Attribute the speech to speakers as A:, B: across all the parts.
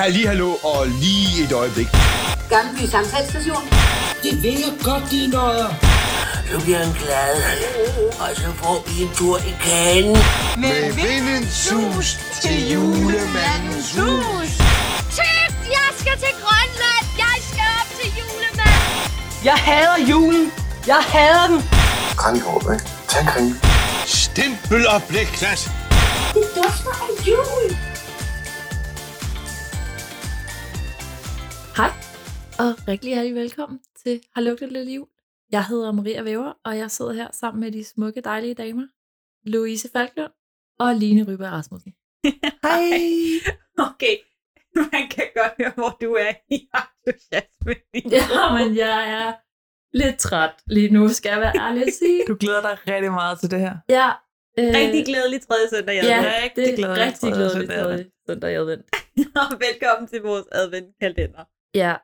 A: Halli, hallo og lige et øjeblik.
B: Gammelby Samtalsstation.
C: Det vil jeg godt, de nøjer.
D: Så bliver han glad, og så får vi en tur i kagen.
A: Med vindens sus til julemandens hus.
E: Typ, jeg skal til Grønland. Jeg skal op til julemanden.
F: Jeg hader julen. Jeg hader den.
G: Kranjehåb, ikke? Tag en
A: Stempel og blikklat.
B: Det dufter af jul.
H: Hej, og rigtig hjertelig velkommen til Har lugtet lidt jul. Jeg hedder Maria Væver, og jeg sidder her sammen med de smukke, dejlige damer, Louise Falklund og Line Ryberg Rasmussen.
F: Hej.
I: Okay, man kan godt høre, hvor du er i entusiasme.
H: Ja, men jeg er lidt træt lige nu, skal jeg være ærlig at sige.
F: Du glæder dig rigtig meget til det her.
H: Ja, øh,
I: Rigtig glædelig tredje søndag, jeg
H: ja,
I: ja.
H: det er
F: rigtig glædelig
H: rigtig
F: tredje
H: glædelig
F: søndag i
H: tredje søndag i advent.
I: Og velkommen til vores adventkalender.
H: Ja,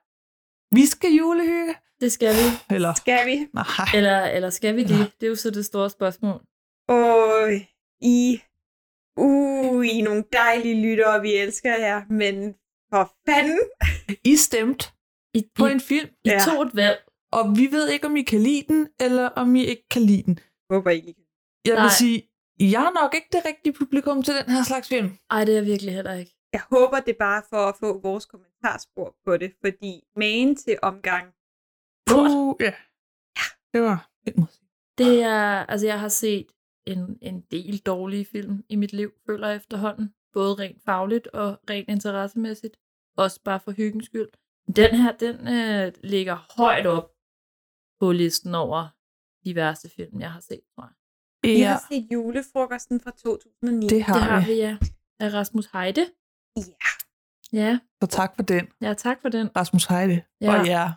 F: Vi skal julehygge.
H: det skal vi.
F: Eller?
I: Skal vi?
F: Nej.
H: Eller, eller skal vi det? Det er jo så det store spørgsmål.
I: Og I... Uh, I er nogle dejlige lyttere, vi elsker jer, men for fanden,
F: I stemte
H: I,
F: på
H: I,
F: en film,
H: I
I: Ja.
H: to et valg.
F: og vi ved ikke, om I kan lide den, eller om I ikke kan lide den.
I: håber I ikke.
F: Jeg vil
H: Nej.
F: sige, jeg er nok ikke det rigtige publikum til den her slags film.
H: Ej, det er jeg virkelig heller ikke.
I: Jeg håber det er bare for at få vores kommentarspor på det, fordi magen til omgang,
H: Lort.
F: Uh, ja. Det var lidt modsigt.
H: Det er, altså jeg har set en, en del dårlige film i mit liv, føler jeg efterhånden. Både rent fagligt og rent interessemæssigt. Også bare for hyggens skyld. Den her, den øh, ligger højt op på listen over de værste film, jeg har set, tror jeg.
I: vi
F: Ja,
I: har set julefrokosten fra 2009.
F: det har,
H: Det har
F: vi.
H: vi, ja. Af Rasmus Heide.
I: Ja,
H: Ja,
F: Så tak for den,
H: ja tak for den.
F: Rasmus Heide.
H: Ja.
F: Og ja.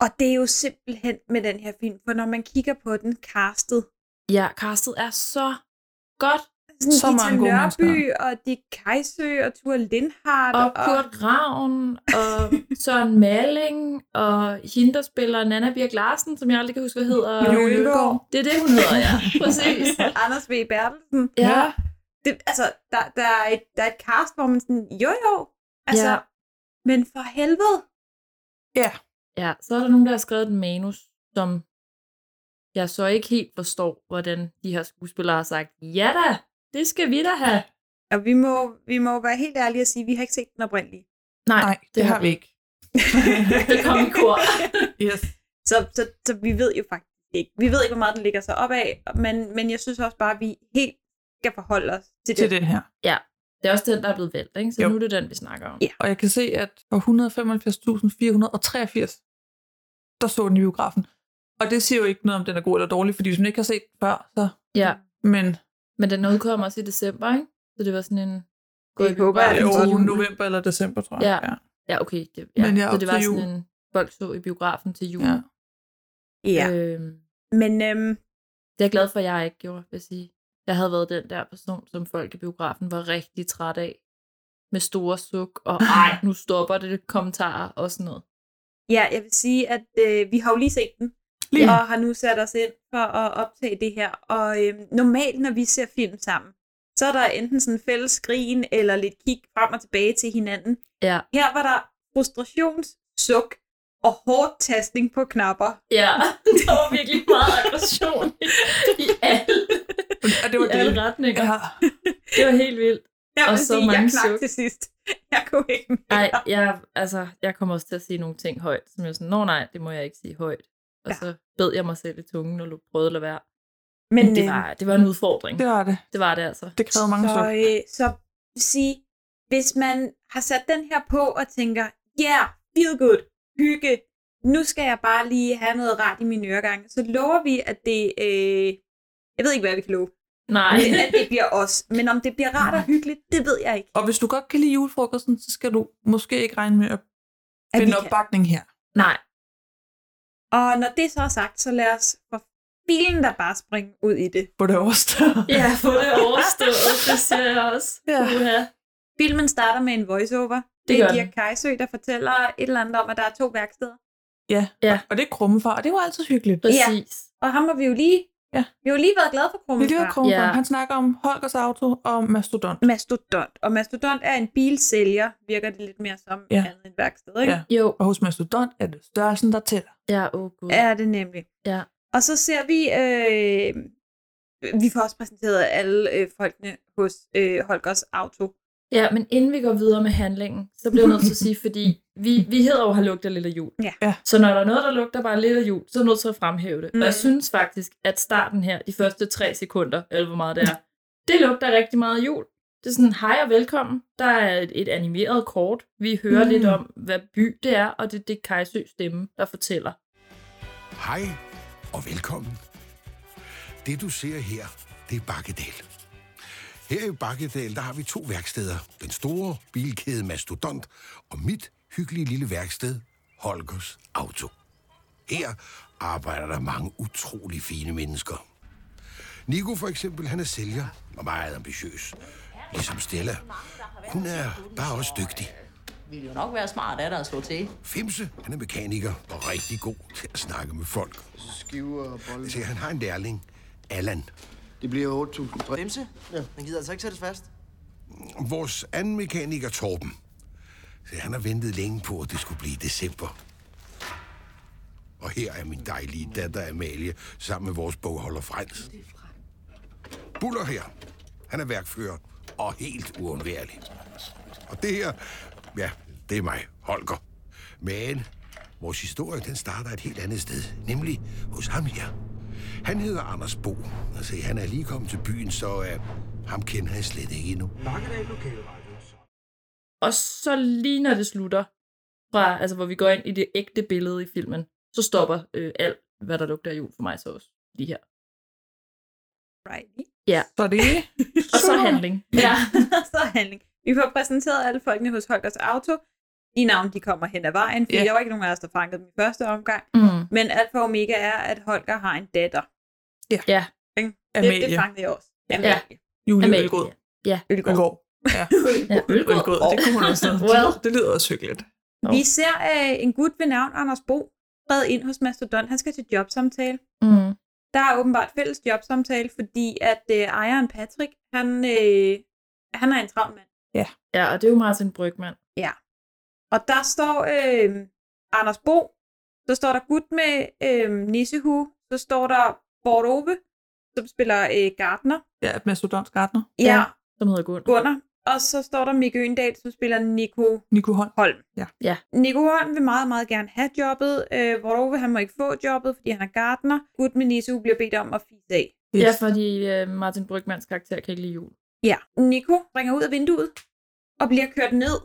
I: og det er jo simpelthen med den her film, for når man kigger på den castet,
H: Ja, castet er så godt.
I: Sådan
F: Så
I: Gita
F: mange gode
I: Nørby, og Dick Kajsø, og Tua Lindhardt,
H: Og Kurt Ravn, og Søren Malling, og hende, der spiller Nana Birk Larsen, som jeg aldrig kan huske, hvad hedder.
F: Julie Ølgaard.
H: Det er det, hun hedder, ja. Præcis.
I: Anders V. Bertelsen.
H: Ja,
I: Det, altså, der, der, er et, der er et cast, hvor man sådan, jo jo, altså,
H: Ja.
I: ja. men for helvede.
H: ja. Så er der nogen, der har skrevet et manus, som jeg så ikke helt forstår, hvordan de her skuespillere har sagt, ja da, det skal vi da have.
I: Og vi må, vi må være helt ærlige og sige, at vi har ikke set den oprindelige.
H: Nej,
F: Nej, det, har vi ikke.
H: Det kom i kor.
F: yes.
I: Så, så, så vi ved jo faktisk ikke. Vi ved ikke, hvor meget den ligger sig op af, men, men jeg synes også bare, at vi helt skal forholde os til,
F: Til
I: det.
F: den her.
H: Det er også den, der er blevet valgt, ikke? Så jo.
F: Jo.
H: nu er det den, vi snakker om.
I: Ja.
F: Og jeg kan se, at for 175.483, der så den i biografen. Og det siger jo ikke noget, om den er god eller dårlig, fordi hvis man ikke har set den før, så...
H: Ja.
F: Men
H: Men den udkommer også i december, ikke? Så det var sådan en...
I: Det håber jeg,
F: det
I: den
F: er
I: så
F: jo
I: den.
F: november eller december, tror jeg.
H: Ja. Ja, okay. Det, ja.
F: Men ja,
H: så
F: op
H: det
F: til
H: var
F: jul.
H: sådan en... Folk så i biografen til jul.
F: ja.
I: Ja,
H: Øhm,
I: men øhm,
H: det er jeg glad for, at jeg ikke gjorde, vil jeg sige. Jeg havde været den der person, som folk i biografen var rigtig træt af. Med store suk og, ej, nu stopper det, kommentarer og sådan noget.
I: ja jeg vil sige, at øh, vi har jo lige set den.
F: Lige
I: og har nu sat os ind for at optage det her. Og øhm, normalt, når vi ser film sammen, så er der enten sådan en fælles grin, eller lidt kig frem og tilbage til hinanden.
H: Ja.
I: Her var der frustrationssuk og hårdt tastning på knapper.
H: Ja, der var virkelig meget aggression i, i alle,
F: Og det var
H: i
F: det.
H: alle retninger.
F: Ja.
H: Det var helt vildt.
I: Jeg
H: Og
I: vil
H: så
I: sige, jeg
H: mange
I: knak
H: suk.
I: til sidst. Jeg kunne ikke mere.
H: Nej, jeg, altså, jeg kommer også til at sige nogle ting højt, som jeg er sådan, nå nej, det må jeg ikke sige højt. Og
I: Ja.
H: så bed jeg mig selv i tungen og lo- prøvede at lade være.
I: Men,
H: Men det
F: øh,
I: øhm,
H: var, det var en udfordring.
F: Det var det.
H: Det var det altså.
F: Det krævede mange
I: så,
F: så.
I: øh, så vil sige, hvis man har sat den her på og tænker, yeah, feel good, hygge, nu skal jeg bare lige have noget rart i min øregang, så lover vi, at det, øh, jeg ved ikke, hvad vi kan love,
H: Nej.
I: men at det bliver os. Men om det bliver rart og hyggeligt, det ved jeg ikke.
F: Og hvis du godt kan lide julefrokosten, så skal du måske ikke regne med at
I: At vi
F: finde
I: kan.
F: opbakning her.
H: Nej.
I: Og når det så er sagt, så lad os for bilen der bare springe ud i det.
F: På det øverste.
H: Ja, få det overstået, det siger jeg også.
F: Ja.
H: Uha.
I: Filmen starter med en voiceover. Det,
H: gør
I: er
H: den.
I: Dirk Kajsø, der fortæller et eller andet om, at der er to værksteder.
F: ja.
H: Ja.
F: Og det er krummefar, og det var altid hyggeligt.
H: Præcis.
I: Og ham har vi jo lige
F: Ja.
I: Vi har jo lige været glade for
F: Vi lige
I: Krummefar.
F: har ja.
H: Ja.
F: Han snakker om Holgers Auto og Mastodon.
I: Mastodont. Og Mastodont er en bilsælger, virker det lidt mere som
F: Ja.
I: ja. andet end værksted, ikke?
F: Ja.
I: Ja.
H: Jo.
F: Og hos Mastodon er det størrelsen, der tæller.
H: Ja, åh oh gud.
I: Er det nemlig.
H: Ja.
I: Og så ser vi, øh, vi får også præsenteret alle øh, folkene hos øh, Holgers Auto.
H: ja, men inden vi går videre med handlingen, så bliver jeg nødt til at sige, fordi vi, vi hedder jo har lugter lidt af jul.
I: Ja.
F: Ja.
H: Så når der er noget, der lugter bare lidt af jul, så er jeg nødt til at fremhæve det. Mm. Og jeg
I: Mm.
H: synes faktisk, at starten her, de første tre sekunder, eller hvor meget det er, det lugter rigtig meget af jul. Det er sådan, hej og velkommen. Der er et, et animeret kort. Vi hører mm.
F: Mm.
H: lidt om, hvad by det er, og det er det Kajsø stemme, der fortæller.
J: Hej og velkommen. Det du ser her, det er Bakkedal. Her i Bakkedal, der har vi to værksteder. Den store bilkæde Mastodont og mit hyggelige lille værksted, Holgers Auto. Her arbejder der mange utrolig fine mennesker. Nico for eksempel, han er sælger og meget ambitiøs. Ligesom Stella. Hun er bare også dygtig.
K: ville jo nok være smart af dig at slå til.
J: Fimse, han er mekaniker og rigtig god til at snakke med folk.
G: Skiver og bolle.
J: Se, han har en lærling, Allan.
G: Det bliver 8.000.
K: Bimse? Ja. Man gider altså ikke sættes fast.
J: Vores anden mekaniker, Torben. Se, han har ventet længe på, at det skulle blive december. Og her er min dejlige datter Amalie, sammen med vores bogholder Frans. Buller her. Han er værkfører og helt uundværlig. Og det her, ja, det er mig, Holger. Men vores historie, den starter et helt andet sted, nemlig hos ham her. Han hedder Anders Bo. Og se, han er lige kommet til byen, så uh, ham kender jeg slet ikke endnu.
H: Og så lige når det slutter, fra, altså hvor vi går ind i det ægte billede i filmen, så stopper øh, alt, hvad der lugter af jul for mig så også. Lige her.
I: Right.
F: Så det er
H: Og så handling. Ja.
I: så handling. Vi får præsenteret alle folkene hos Holgers Auto. De navne, de kommer hen ad vejen, fordi
F: Ja.
I: yeah. der var ikke nogen af os, der fangede dem i første omgang.
H: Mm.
I: Men alfa og omega er, at Holger har en datter.
H: Ja.
I: Ikke? Det, det
F: Amalie.
I: fangede jeg også.
F: Ja.
I: Amalie.
F: Julie
H: Amalie.
F: Ølgod.
I: Ølgaard.
F: Ølgod. Ja.
H: Ja, ølgod.
F: Ølgod. Det kunne hun også hedde.
H: Well.
F: Det lyder også hyggeligt.
I: Vi ser øh, en gut ved navn Anders Bo træde ind hos Mastodon. Han skal til jobsamtale.
H: Mm.
I: Der er åbenbart fælles jobsamtale, fordi at øh, ejeren Patrick, han, øh, han er en travl mand.
H: Ja, og det er jo Martin Brygman.
I: Og der står øh, Anders Bo, så står der gut med øh, Nissehu, så står der Bård Ove, som spiller øh, Gardner.
F: Ja, et mastodonsk gartner.
I: Ja,
H: Som hedder Gunn.
I: Gunnar. Og så står der Mikke Øendal, som spiller Nico
F: Nico Holm.
I: Holm.
F: Ja.
H: Ja.
I: Nico Holm vil meget, meget gerne have jobbet. Øh, Vorove, han må ikke få jobbet, fordi han er gartner. Gud med Nisu bliver bedt om at fise af.
F: Yes.
H: Ja, fordi øh, Martin Brygmans karakter kan ikke lide jul.
I: Ja. Nico ringer ud af vinduet og bliver kørt ned.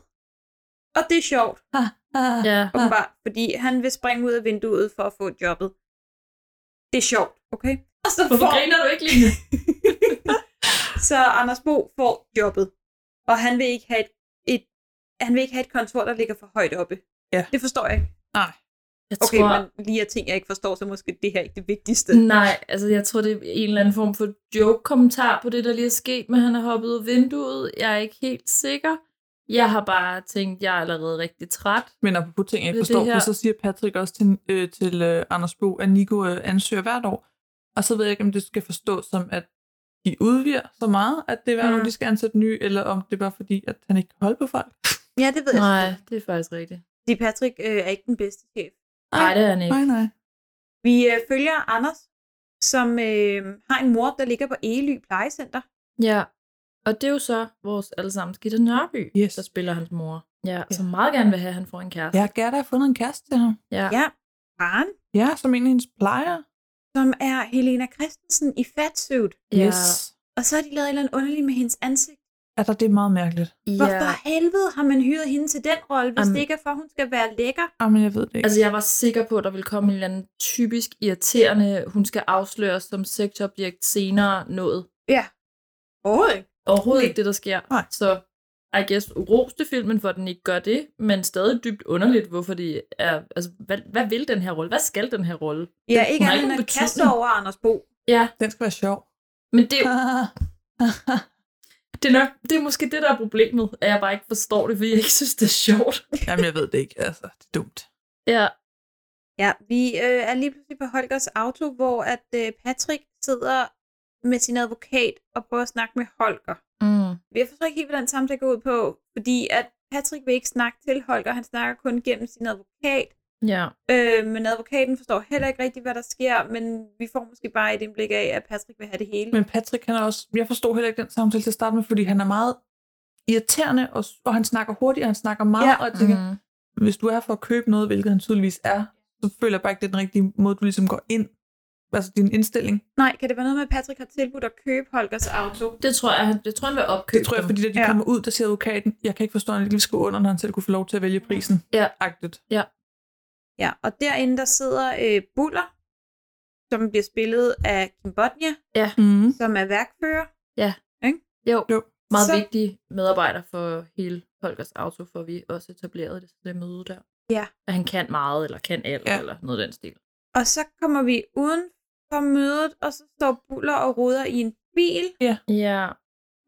I: Og det er sjovt,
F: Ah,
H: Ja.
I: åbenbart, fordi han vil springe ud af vinduet for at få jobbet. Det er sjovt, okay? Og så
H: Hvorfor
I: får,
H: griner du ikke lige nu?
I: så Anders Bo får jobbet. Og han vil ikke have et, et han vil ikke have et kontor, der ligger for højt oppe.
F: Ja.
I: Det forstår jeg ikke.
F: Nej.
H: Jeg
I: Okay,
H: tror,
I: men lige af ting, jeg ikke forstår, så måske det her ikke det vigtigste.
H: Nej, altså jeg tror, det er en eller anden form for joke-kommentar på det, der lige er sket, men han er hoppet ud af vinduet. Jeg er ikke helt sikker. Jeg har bare tænkt, jeg er allerede rigtig træt.
F: Men apropos ting, jeg ikke
H: Det er
F: forstår,
H: det her.
F: for så siger Patrick også til, øh, til øh, Anders Bo, at Nico øh, ansøger hvert år. Og så ved jeg ikke, om det skal forstås som, at de udviger så meget, at det er hver mm.
I: Mm.
F: år, de skal ansætte nye, eller om det var fordi, at han ikke kan holde på folk.
I: Ja, det ved jeg.
H: Nej, det er faktisk rigtigt.
I: Fordi Patrick øh, er ikke den bedste chef.
H: Nej, det er han ikke.
F: Nej, nej.
I: Vi øh, følger Anders, som øh, har en mor, der ligger på Ely plejecenter.
H: Ja, og det er jo så vores allesammen skidte Nørby,
F: Yes.
H: der spiller hans mor. Ja, som meget gerne vil have, at han får en kæreste.
F: Jeg har gerne have fundet en kæreste til ham.
H: ja.
I: Ja. Karen,
F: Ja, som en af hendes plejer.
I: som er Helena Christensen i fatsuit.
H: ja.
I: Og så har de lavet et eller andet underligt med hendes ansigt.
F: Er der det er meget mærkeligt?
I: Hvorfor
H: ja.
I: helvede har man hyret hende til den rolle, hvis
H: Jamen.
I: det ikke er for, at hun skal være lækker?
F: Jamen, jeg ved det ikke.
H: Altså, jeg var sikker på, at der ville komme en eller anden typisk irriterende, hun skal afsløres som sexobjekt senere noget.
I: Overhovedet ikke.
H: Overhovedet
I: Nej.
H: ikke det, der sker.
F: Nej.
H: Så I guess, roste filmen for, at den ikke gør det, men stadig dybt underligt, hvorfor det er... Altså, hvad, hvad vil den her rolle? Hvad skal den her rolle?
I: Ja, ikke
H: Hun har
I: andet
H: ikke
I: end
H: nogen
I: at kaste
H: betydning.
I: over Anders Bo.
H: Ja,
F: Den skal være sjov.
H: men det, er jo-
F: Ah.
H: det, er nok, det er måske det, der er problemet, at jeg bare ikke forstår det, fordi jeg ikke synes, det er sjovt.
F: Jamen, jeg ved det ikke. Altså, det er dumt.
H: Ja,
I: Ja, vi øh, er lige pludselig på Holgers auto, hvor at øh, Patrick sidder med sin advokat og prøver at snakke med Holger.
H: Mm.
I: Jeg forstår ikke helt, hvordan samtalen går ud på, fordi at Patrick vil ikke snakke til Holger, han snakker kun gennem sin advokat,
H: Ja.
I: øh, men advokaten forstår heller ikke rigtigt, hvad der sker, men vi får måske bare et indblik af, at Patrick vil have det hele.
F: Men Patrick, han er også... Jeg forstod heller ikke den samtale til at starte med, fordi han er meget irriterende, og, og han snakker hurtigt, og han snakker meget, ja. og jeg tænker,
H: Mm.
F: mm. hvis du er her for at købe noget, hvilket han tydeligvis er, så føler jeg bare ikke, det er den rigtige måde, du ligesom går ind. Altså din indstilling.
I: Nej, kan det være noget med, at Patrick har tilbudt at købe Holgers auto?
H: Det tror jeg, han- det tror jeg, han vil opkøbe
F: Det tror jeg,
H: dem.
F: fordi da de
I: Ja.
F: ja. kommer ud, der siger advokaten, jeg kan ikke forstå, at han ikke lige skrive under, når han selv kunne få lov til at vælge prisen.
H: Ja.
F: Agtigt.
I: Ja, og derinde der sidder øh, Buller, som bliver spillet af Kim Bodnia,
F: Mm.
I: som er værkfører.
H: Jo,
F: Jo.
H: meget
I: Så-
H: så... vigtige medarbejdere for hele Holgers Auto, for vi også etablerede det, det møde der.
I: Ja.
H: At han kan meget, eller kan alt,
F: Ja.
H: ja. eller noget af den stil.
I: Og så kommer vi uden for mødet, og så står Buller og ruder i en bil,
H: Ja.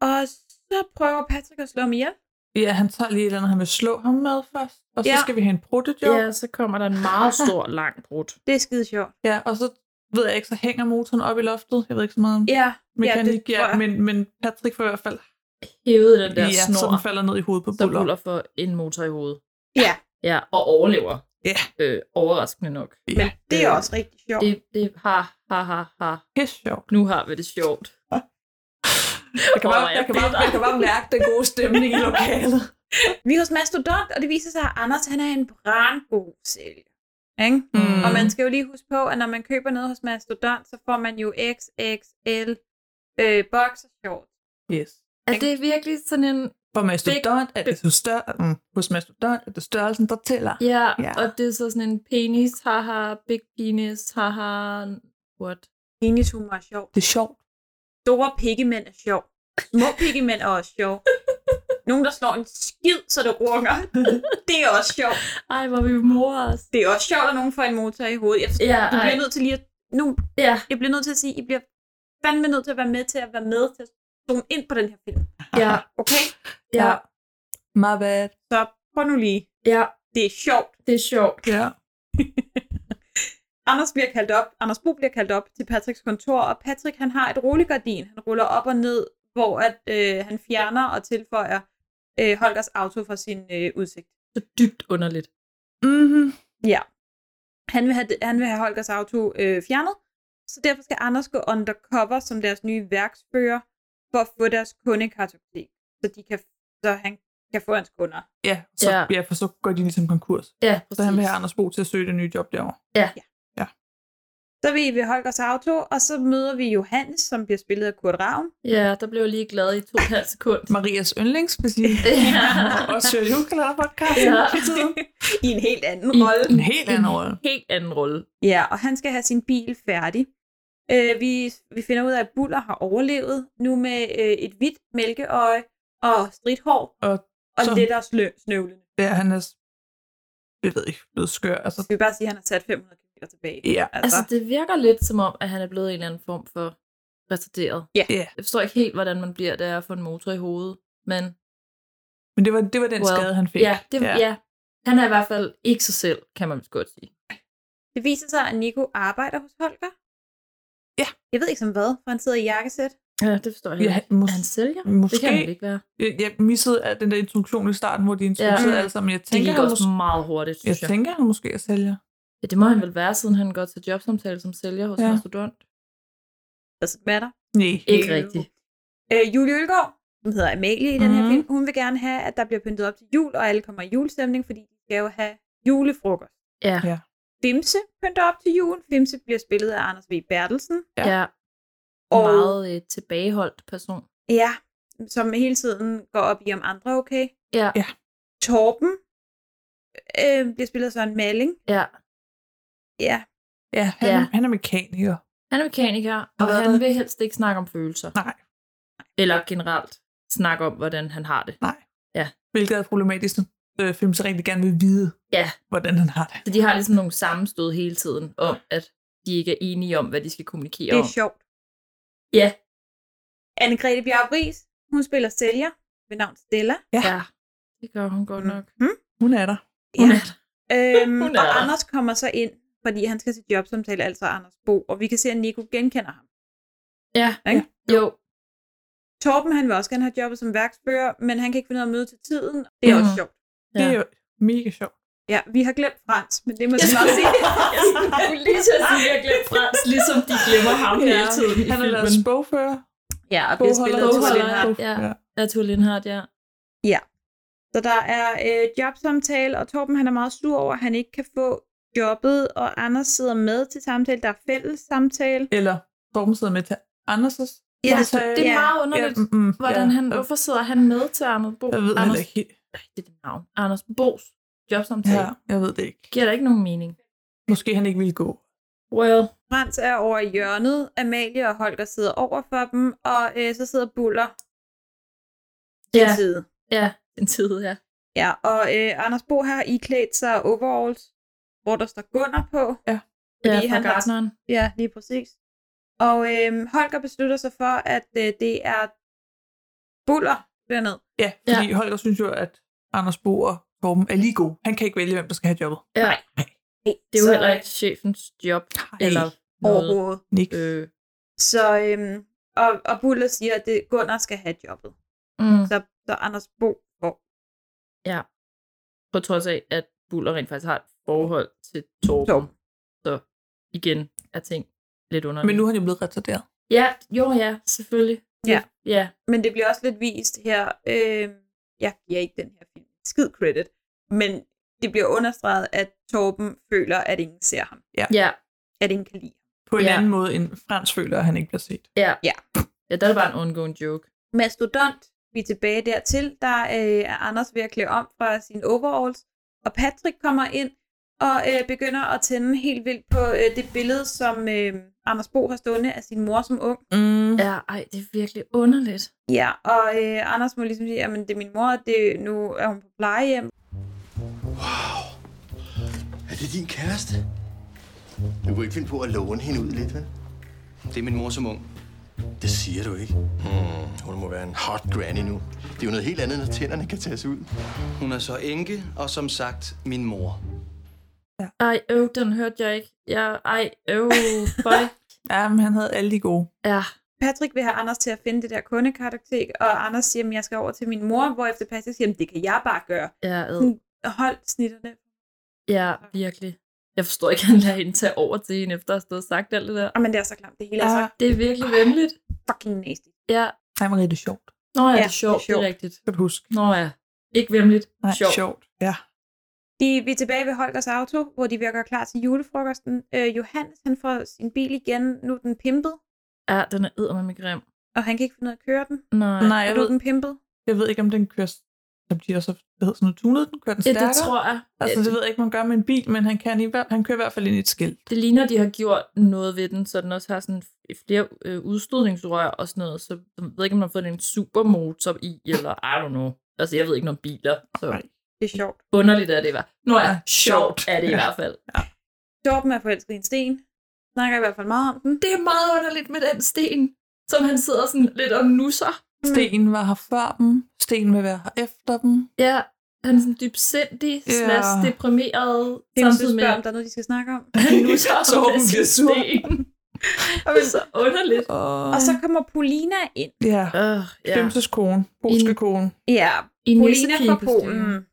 I: og så prøver Patrick at slå ham ihjel.
F: Ja, han tager lige et eller andet, han vil slå ham med først, og så
I: Ja.
F: ja. skal vi have en protejog.
H: ja, så kommer der en meget stor, lang brud.
I: Det er skide sjovt.
F: Ja, og så ved jeg ikke, så hænger motoren op i loftet. Jeg ved ikke så meget om
I: Ja,
F: mekanik,
I: ja, det tror
F: ja,
I: jeg.
F: men, men Patrick får i hvert fald,
H: Hævede den der
F: ja, så
H: snor,
F: den falder ned i hovedet på
H: så
F: Buller.
H: buller for en motor i hovedet.
I: Ja,
H: Ja, og overlever.
F: Ja.
H: Øh, overraskende nok.
I: men
F: Ja,
I: det er
H: øh,
I: også rigtig sjovt.
H: Det, det har, har, har, har.
F: pisse sjovt.
H: Nu har vi det sjovt.
F: Jeg kan, bare,
H: Åh, jeg
F: jeg, kan bare,
H: bitter.
F: jeg kan bare mærke den gode stemning i lokalet.
I: Vi er hos Mastodont, og det viser sig, at Anders han er en brandgod sælger. Ikke?
F: Mm.
I: Og man skal jo lige huske på, at når man køber noget hos Mastodont, så får man jo XXL øh, boxershorts.
F: Yes.
H: Er det virkelig sådan en
F: For mastodont er det så større, mm, hos mastodont er det størrelsen, der tæller.
H: Ja,
F: Ja.
H: ja, og det er så sådan en penis, haha, big penis, haha, what?
I: Penitumor er sjov.
F: Det er sjovt.
I: Store piggemænd er sjov. Små piggemænd er også sjov. Nogen, der slår en skid, så det runger. Det er også sjovt.
H: Ej, hvor vi mor os.
I: Det er også sjovt, at nogen får en motor i hovedet. Jeg forstår,
H: Ja,
I: du bliver
H: ej.
I: nødt til lige at, nu,
H: Ja,
I: jeg bliver nødt til at sige, I bliver fandme nødt til at være med til at være med til at zone ind på den her film.
H: ja,
I: Okay?
H: ja,
F: My bad.
I: Så prøv nu lige.
H: ja,
I: Det er sjovt.
H: det er sjovt.
F: Ja.
I: Anders bliver kaldt op. Anders Bo bliver kaldt op til Patricks kontor, og Patrick han har et rullegardin. Han ruller op og ned, hvor at, øh, han fjerner og tilføjer øh, Holgers auto fra sin øh, udsigt.
H: Så dybt underligt.
F: Mm-hmm.
I: Han vil have, han vil have Holgers auto øh, fjernet, så derfor skal Anders gå undercover som deres nye værksfører for at få deres kundekartotek, så, de kan, så han kan få hans kunder.
F: Ja, så,
H: Ja.
F: ja. ja, for så går de ligesom konkurs.
H: Ja,
F: Så han vil have Anders Bo til at søge det nye job derovre.
I: Så er vi ved Holgers auto, og så møder vi Johannes, som bliver spillet af Kurt Ravn.
H: Ja, der blev jeg lige glad i to og et halvt sekund.
F: Marias yndlings, hvis lige
H: Ja.
F: og Sjøl Jukalade podcast.
H: Ja.
I: I en helt anden
H: I
I: rolle.
F: En helt anden rolle.
H: Helt anden rolle.
I: Ja, og han skal have sin bil færdig. Øh, vi, vi finder ud af, at Buller har overlevet, nu med øh, et hvidt mælkeøje og stridt hår
F: Og
I: og
F: Så-
I: lettere slø- snøvlende.
F: der han er, jeg ved ikke, blevet skør. Altså,
I: Skal vi bare sige, at han har sat 500 km tilbage?
F: ja.
H: Altså, det virker lidt som om, at han er blevet en eller anden form for retarderet.
I: Ja.
F: Ja.
H: Jeg forstår ikke helt, hvordan man bliver der at få en motor i hovedet, men
F: Men det var, det var den
H: Well,
F: skade, han fik.
H: ja, det, ja. ja, han er i hvert fald ikke sig selv, kan man vist godt sige.
I: Det viser sig, at Nico arbejder hos Holger.
F: Ja.
I: Jeg ved ikke som hvad, for han sidder i jakkesæt.
H: Ja, det forstår jeg
F: Ja,
H: heller ikke.
F: mås-
H: Er han sælger? Det
F: Måske,
H: kan han ikke være.
F: jeg, jeg missede af den der introduktion i starten, hvor de introducerede
I: Ja.
F: ja. alle sammen. Jeg
H: Mm. Det
F: tænker,
H: gik
F: han
H: også
F: måske,
H: meget hurtigt,
F: jeg
H: synes jeg.
F: tænker, han måske er sælger.
H: Ja, det må han vel være, siden han går til jobsamtale som sælger hos
F: Ja.
H: ja. en student.
I: Does it matter?
F: Nej.
H: Ikke rigtigt.
I: Øh, Julie Ølgaard, som hedder Amalie i den her
F: Mhm.
I: film, hun vil gerne have, at der bliver pyntet op til jul, og alle kommer i julestemning, fordi de skal jo have julefrokost.
H: Ja.
F: Ja.
I: Fimse pynter op til jul. Fimse bliver spillet af Anders V. Bertelsen.
F: Ja.
H: Ja. ja. Og...
I: Og-
H: Meget øh, tilbageholdt person.
I: Ja, som hele tiden går op i, om andre er okay.
H: Ja.
F: Ja.
I: Torben øh, bliver spillet af Søren Malling.
H: Ja.
I: Ja,
F: Ja, han,
H: Ja.
F: ja. han er mekaniker.
H: Han er mekaniker, og
F: Hvad er
H: han
F: det?
H: vil helst ikke snakke om følelser.
F: Nej,
H: Eller generelt snakke om, hvordan han har det.
F: hvilket er problematisk, når øh, film så rigtig gerne vil vide,
H: Ja.
F: hvordan han har det.
H: Så de har ligesom nogle sammenstød hele tiden om, at de ikke er enige om, hvad de skal kommunikere
I: det
H: om.
I: er sjovt.
H: Ja.
I: Anne-Grethe Bjarup Riis, hun spiller sælger ved navn Stella.
H: Ja. Det gør hun
F: Mm.
H: godt nok.
I: Hmm?
F: Hun er der.
H: Hun
I: Ja.
H: er der. Hun
I: Øhm,
H: er
I: og
H: der.
I: Anders kommer så ind, fordi han skal til jobsamtale, altså Anders Bo, og vi kan se, at Nico genkender ham.
H: Ja,
I: Ikke?
H: ja. jo.
I: Torben, han vil også gerne have jobbet som værksfører, men han kan ikke finde ud af at møde til tiden. Det er også
H: Mhm.
I: sjovt.
F: Det er jo mega sjovt.
I: Ja, vi har glemt Frans, men det må jeg bare sige.
H: Jeg skulle lige til at sige, at jeg glemte Frans, ligesom de glemmer ham
F: Ja.
H: hele tiden i
F: Han har
H: filmen.
F: været bogfører.
I: Ja, og
F: Bogholder,
I: bliver spillet af Tua
H: bogholder,
I: Lindhardt.
H: Ja. Ja, Thor Lindhardt, ja.
I: Så der er øh, jobsamtale, og Torben han er meget sur over, at han ikke kan få jobbet, og Anders sidder med til samtale. Der er fælles samtale.
F: Eller Torben sidder med til Anders'
I: Ja,
F: samtale.
H: Det er
I: Ja.
H: meget underligt,
F: mm, mm,
H: hvordan
F: ja.
H: han, hvorfor sidder han med til Anders Bo?
F: Jeg ved
H: Anders,
F: heller ikke helt.
H: Ej, det er det navn. Anders Bos jobsamtale.
F: Ja, jeg ved det ikke.
H: Giver der ikke nogen mening?
F: Måske han ikke ville gå.
H: Well,
I: Frans er over i hjørnet, Amalie og Holger sidder over for dem, og øh, så sidder Buller til
H: ja,
I: side.
H: ja, en tid, ja.
I: Ja, og øh, Anders Bo har iklædt sig overalls, hvor der står Gunnar på.
H: Ja,
I: Fordi
H: fra
I: han har-
H: Gardneren.
I: Ja, lige præcis. Og øh, Holger beslutter sig for, at øh, det er Buller dernede.
F: Ja, fordi ja. Holger synes jo, at Anders Bo og Torben er lige gode. Han kan ikke vælge, hvem der skal have jobbet.
H: Ja, det er jo
I: Så-
H: heller ikke chefens job,
F: Nej,
H: eller noget.
I: overhovedet.
F: Nick.
H: Øh,
I: Så, øhm, og, og Buller siger, at det, Gunnar skal have jobbet.
H: mm,
I: Så, så Anders Bo får.
H: ja. På trods af, at Buller rent faktisk har et forhold til Torben.
I: Torben.
H: Så igen er ting lidt underligt.
F: Men nu er han jo blevet retarderet.
H: Ja, jo ja, selvfølgelig.
I: Ja.
H: Ja,
I: Men det bliver også lidt vist her. Øh, jeg giver ikke den her film skid credit, men det bliver understreget, at Torben føler, at ingen ser ham.
H: ja,
I: At ingen kan lide ham.
F: På en
H: Ja.
F: anden måde end Frans føler, at han ikke bliver set.
H: ja.
I: Ja.
H: Ja, der er det bare en ongoing joke.
I: Mastodont, vi er tilbage dertil, der øh, er Anders ved at klæde om fra sin overalls, og Patrick kommer ind og øh, begynder at tænde helt vildt på øh, det billede, som øh, Anders Bo har stående af sin mor som ung.
F: Mm.
H: Ja, ej, det er virkelig underligt.
I: Ja, og øh, Anders må ligesom sige, at det er min mor, og det, nu er hun på plejehjem.
A: Er det din kæreste? Du kunne ikke finde på at låne hende ud lidt, vel?
L: Det er min mor som ung.
A: Det siger du ikke. Hmm, hun må være en hot granny nu. Det er jo noget helt andet, når tænderne kan tages ud.
L: Hun er så enke, og som sagt, min mor.
H: Ej, øv, den hørte jeg ikke. Ja, ej, øv, boy.
F: Ja, men han havde alle de gode.
H: Ja,
I: Patrick vil have Anders til at finde det der kundekartotek, og Anders siger, at jeg skal over til min mor, hvorefter Patrick siger, at det kan jeg bare gøre.
H: ja, øv.
I: Sådan, Hold snitterne.
H: ja, virkelig. Jeg forstår ikke, at han lader hende tage over til hende, efter at have stået og sagt alt det der.
I: Og men det er så klamt, det hele er så
F: Ah.
H: Det er virkelig vemmeligt.
I: fucking nasty.
H: Ja.
F: Han var rigtig sjovt.
H: Nå ja,
I: Ja,
H: det er sjovt,
I: det er
H: det
I: sjovt.
H: er rigtigt.
F: Kan du huske?
H: Nå ja, ikke vemmeligt.
F: Nej,
H: sjovt.
F: sjovt. sjovt. Ja.
I: De, vi er tilbage ved Holgers auto, hvor de virker klar til julefrokosten. Øh, Johannes, han får sin bil igen, nu er den pimpet,
H: Ja, den er eddermame grim.
I: og han kan ikke finde ud af at køre den.
H: Nej.
F: Nej,
I: Er
F: jeg
I: du
F: ved,
I: den pimpet?
F: jeg ved ikke, om den kører, som de også hvad hedder sådan noget, tunet den, kører den
H: Ja,
F: stærkere.
H: det tror jeg.
F: Altså, det ved jeg ikke, man gør med en bil, men han, kan i, hver- han kører i hvert fald ind i et skilt.
H: Det ligner, de har gjort noget ved den, så den også har sådan flere øh, udstødningsrør og sådan noget, så jeg ved ikke, om man har fået en supermotor i, eller I don't know. Altså, jeg ved ikke noget om biler, så
F: Nej.
I: Det er sjovt.
H: underligt er det i hvert fald. Nå ja,
F: Ja,
H: sjovt
F: sjovt.
H: er det i
F: Ja.
H: hvert fald.
I: Torben er forelsket i en sten. Snakker i hvert fald meget om den.
H: Det er meget underligt med den sten, som han sidder sådan lidt og nusser.
F: Sten var her før dem, sten vil være her efter dem.
H: Ja, han er sådan dybsindig,
F: Ja.
H: slash deprimeret,
I: Det er
H: samtidig
I: jo
H: med,
I: spørger, om der er noget, de skal snakke om.
H: han nusser
F: Så
H: med
F: hun
H: sin
F: bliver sur.
H: sten. Det er så underligt.
F: Og,
I: Og så kommer Paulina ind.
F: ja,
H: Uh, ja.
F: Bimses kone, polske
H: En-
F: kone.
I: Ja,
H: I
I: Paulina fra
H: nissepigekostume.
I: Polen,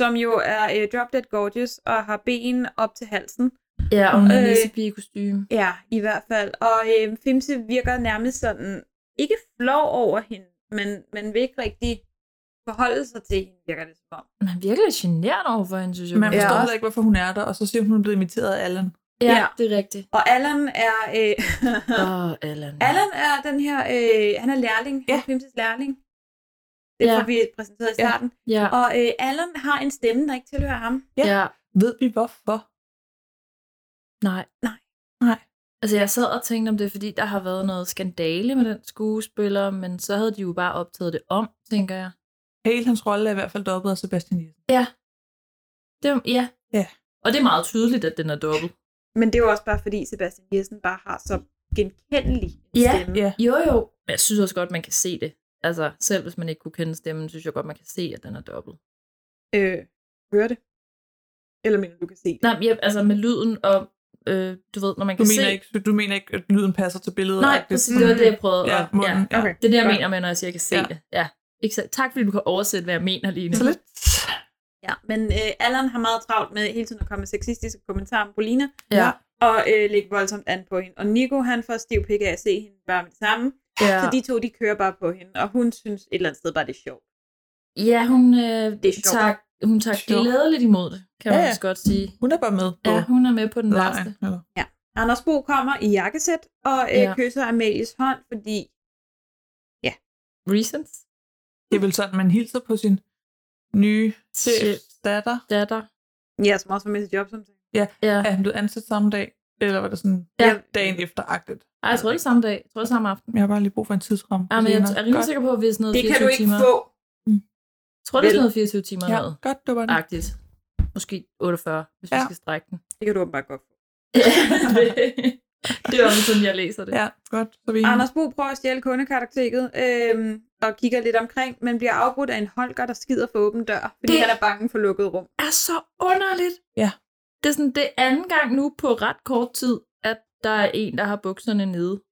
I: som jo er uh, Drop Dead Gorgeous og har ben op til halsen.
H: Ja, og hun er
I: Øh,
H: nissepige kostume.
I: Ja, i hvert fald. Og øh, Fimse virker nærmest sådan, ikke flov over hende, men man vil ikke rigtig forholde sig til hende, virker det som om.
H: Man er virkelig generet over for hende, synes jeg.
F: Man forstår heller ikke, hvorfor hun er der, og så siger hun, hun er blevet inviteret af Allan.
H: Ja,
I: Ja.
H: det er rigtigt.
I: Og Allan er, øh,
H: Åh, Allan.
I: Allan er den her, øh, han er lærling, ja. han er Fimses lærling. Det
H: Ja.
I: får vi præsenteret i
F: Ja.
I: starten.
H: Ja.
I: Og øh, Allan har en stemme, der ikke tilhører ham.
F: Ja.
H: ja.
F: Ved vi hvorfor?
H: Nej.
I: Nej.
F: Nej.
H: Altså, jeg sad og tænkte, om det er, fordi der har været noget skandale med den skuespiller, men så havde de jo bare optaget det om, tænker jeg.
F: Hele hans rolle er i hvert fald dobbet af Sebastian Jensen.
H: Det, ja.
F: Ja.
H: Og det er meget tydeligt, at den er dobbelt.
I: Men det er jo også bare fordi, Sebastian Jessen bare har så genkendelig en
H: Ja.
I: stemme.
F: Ja.
H: Jo, jo. Men jeg synes også godt, man kan se det. Altså, selv hvis man ikke kunne kende stemmen, synes jeg godt, man kan se, at den er dobbelt.
I: Øh, hører det? Eller mener du, du kan se det?
H: Nej, men jeg, altså med lyden og øh, du ved, når man
F: Du
H: kan
F: mener,
H: se...
F: ikke, du- du mener ikke, at lyden passer til billedet?
H: Nej, præcis, det var det, jeg prøvede.
F: Ja,
H: at-
F: munden, ja.
H: Det er det, jeg
F: Godt.
H: mener med, når jeg siger, at jeg kan se det. Ja. Ikke så, tak, fordi du kan oversætte, hvad jeg mener lige nu.
F: Så lidt.
I: Ja, men øh, Allan har meget travlt med hele tiden at komme med sexistiske kommentarer om Polina,
H: Ja.
I: og øh, lægge voldsomt an på hende. Og Nico, han får stiv pik af at se hende bare med det samme.
H: Ja.
I: Så de to, de kører bare på hende, og hun synes et eller andet sted bare, det er sjovt.
H: Ja, hun, øh,
I: Det er sjovt.
H: tager, hun tager
I: Sjovt.
H: glædeligt imod det, kan man
I: Ja, ja.
H: vist godt sige.
F: Hun er bare med på
H: Ja, hun er med på den
F: lejen,
H: værste.
F: eller?
I: Ja. Anders Bo kommer i jakkesæt og øh,
H: Ja.
I: ja. kysser Amalies hånd, fordi
H: Reasons?
F: Det er vel sådan, man hilser på sin nye chef, datter.
H: Datter.
I: Ja, som også var med til job som
F: Ja,
H: ja.
F: er han blevet ansat samme dag? Eller var det sådan
H: Ja.
F: dagen efter-agtigt?
H: Ej, jeg tror ikke samme dag. Jeg tror det er samme aften.
F: Jeg har bare lige brug for en tidsramme.
H: Ja, men jeg
F: Lena.
H: er rimelig
F: Godt.
H: sikker på, at hvis noget
I: Det kan du
H: 24
I: ikke
H: timer.
I: få.
H: Jeg tror, det er
I: Vel.
H: sådan noget 24 timer
F: Ja,
H: eller noget.
F: godt, det var det.
H: Agtigt. Måske 48, hvis vi
F: Ja.
H: skal strække den.
I: Det kan du åbenbart godt få.
H: Det er også sådan, jeg læser det.
F: Ja, godt. Så er vi
I: Anders Bo prøver at stjæle kundekartoteket øhm, og kigger lidt omkring, men bliver afbrudt af en Holger, der skider for åben dør, fordi
H: Det-
I: det... han er bange for lukket rum.
H: er så underligt.
F: Ja.
H: Det er sådan, det er anden gang nu på ret kort tid, at der er en, der har bukserne nede.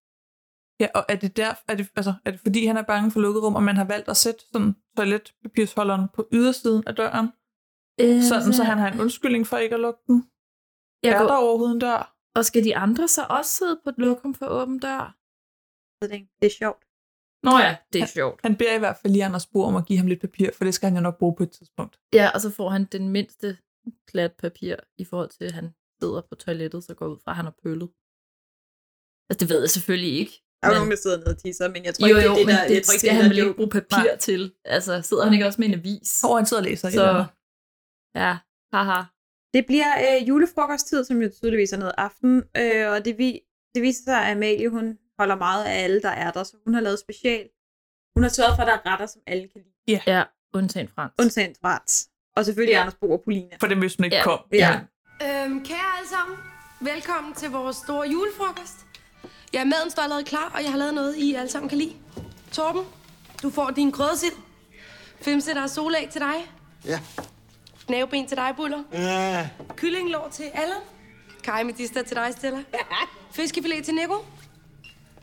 F: Ja, og er det, der, er, det, altså, er det fordi, han er bange for lukket rum, og man har valgt at sætte sådan toiletpapirsholderen på ydersiden af døren,
H: Øh,
F: sådan så han har en undskyldning for ikke at lukke den?
H: Jeg
F: er
H: går-
F: der overhovedet en dør?
H: Og skal de andre så også sidde på et lokum for åben dør?
I: Det er sjovt.
H: Nå ja, det er sjovt.
F: Han beder i hvert fald lige Anders Bo om at give ham lidt papir, for det skal han jo nok bruge på et tidspunkt.
H: Ja, og så får han den mindste klat papir i forhold til, at han sidder på toilettet, så går ud fra, at han har pøllet. Altså, det ved jeg selvfølgelig ikke.
I: Der er jo
H: men-
I: nogen, der sidder nede og tisser, men jeg tror
H: Jo,
I: ikke,
H: jo,
I: det er det,
H: men
I: der, jeg
H: det
I: tror ikke,
H: skal
I: det er
H: han
I: det,
H: vel
I: der
H: ikke bruge papir
F: Nej.
H: til. Altså, sidder han ikke også med en avis?
F: Og han sidder og læser et
H: Så,
F: eller andet.
H: ja, haha.
I: Det bliver øh, julefrokosttid, som jo tydeligvis er noget aften, øh, og det, vi, det viser sig, at Amalie hun holder meget af alle, der er der, så hun har lavet special. Hun har sørget for, at der er retter, som alle kan lide,
H: Ja, undtagen Frans.
I: undtagen ret. Og selvfølgelig Anders Bo og Polina.
F: For det hvis hun ikke kom.
I: Ja.
M: Øhm, kære alle sammen, velkommen til vores store julefrokost. Ja, maden står allerede klar, og jeg har lavet noget, I alle sammen kan lide. Torben, du får din grødsild. Femsætter og solag til dig.
K: Ja.
M: Knæveben til dig, Buller.
K: Ja.
M: Kyllinglår til Allan. Kajmedister til dig, Stella. Fiskefilet til Nico.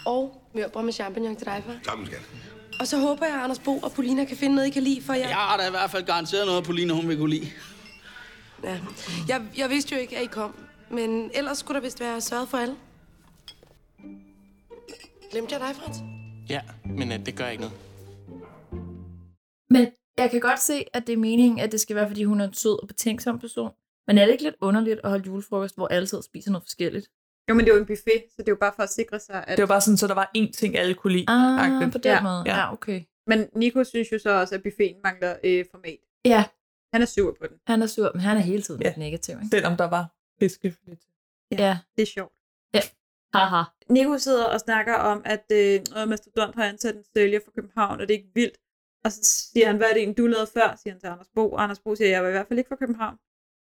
M: Og mørbrød med champignon til dig, far.
J: Sammen, skat.
M: Og så håber jeg, at Anders Bo og Polina kan finde noget, I kan lide for jer.
D: Jeg har da i hvert fald garanteret noget, Pauline hun vil kunne lide.
M: Ja. Jeg, jeg vidste jo ikke, at I kom. Men ellers skulle der vist være sørget for alle. Glemte jeg dig, Frans?
L: Ja, men øh, det gør ikke noget.
H: Men jeg kan godt se, at det er meningen, at det skal være, fordi hun er en sød og betænksom person. Men er det ikke lidt underligt at holde julefrokost, hvor alle sidder og spiser noget forskelligt?
I: Jo, men det er jo en buffet, så det er jo bare for at sikre sig, at...
F: Det var bare sådan, så der var én ting, alle kunne lide.
H: Ah,
F: agtigt.
H: på den
F: Ja.
H: måde.
F: Ja.
H: Ja, okay.
I: Men Nico synes jo så også, at buffeten mangler øh, format.
H: Ja,
I: Han er sur på den.
H: han er sur, men han er hele tiden lidt negativ, ikke?
F: Selvom der var fiskefilet.
H: Ja.
I: Det er sjovt.
H: Ja. Haha.
I: Nico sidder og snakker om, at øh, "Åh, Mastodont har ansat en sælger fra København, og det er ikke vildt. Og så siger han, hvad er det en, du lavede før? Siger han til Anders Bo. Og Anders Bo siger, jeg var i hvert fald ikke fra København.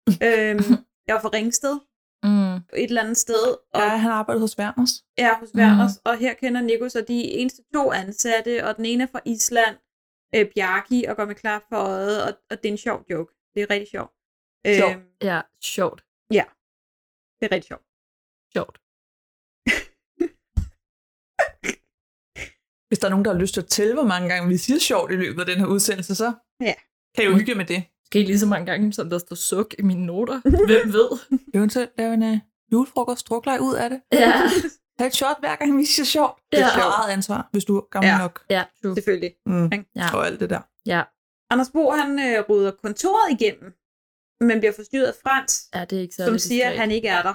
I: øhm, jeg var fra Ringsted,
H: Mm.
I: et eller andet sted. Og
F: Ja, han arbejdede hos Werners.
I: er hos Werners, mm. og her kender Nico så de eneste to ansatte, og den ene er fra Island, øh, Bjarki, og går med klar for øjet, og, og det er en sjov joke. Det er rigtig sjovt.
H: Sjovt. Ja, sjovt.
I: Ja, det er rigtig sjovt.
H: Sjovt.
F: Hvis der er nogen, der har lyst til at tælle, hvor mange gange vi siger sjovt i løbet af den her udsendelse, så
I: Ja.
F: kan jeg jo hygge jer med det.
H: Måske lige så mange gange, som der står suk i mine noter. Hvem ved?
F: Eventuelt lave en uh, julefrokost, drukleje ud af det.
H: Ja.
F: Tag et shot, hver gang vi siger sjovt. Det
H: Ja.
F: er ja. eget ansvar, hvis du er gammel
I: Ja.
F: nok.
H: Ja, true.
I: Selvfølgelig.
F: Mm.
H: Ja.
F: Og alt det der.
H: Ja.
I: Anders Bo, han øh, rydder kontoret igennem, men bliver forstyrret af Frans,
H: ja, det er ikke særlig
I: som siger, at
H: diskret.
I: han ikke er der.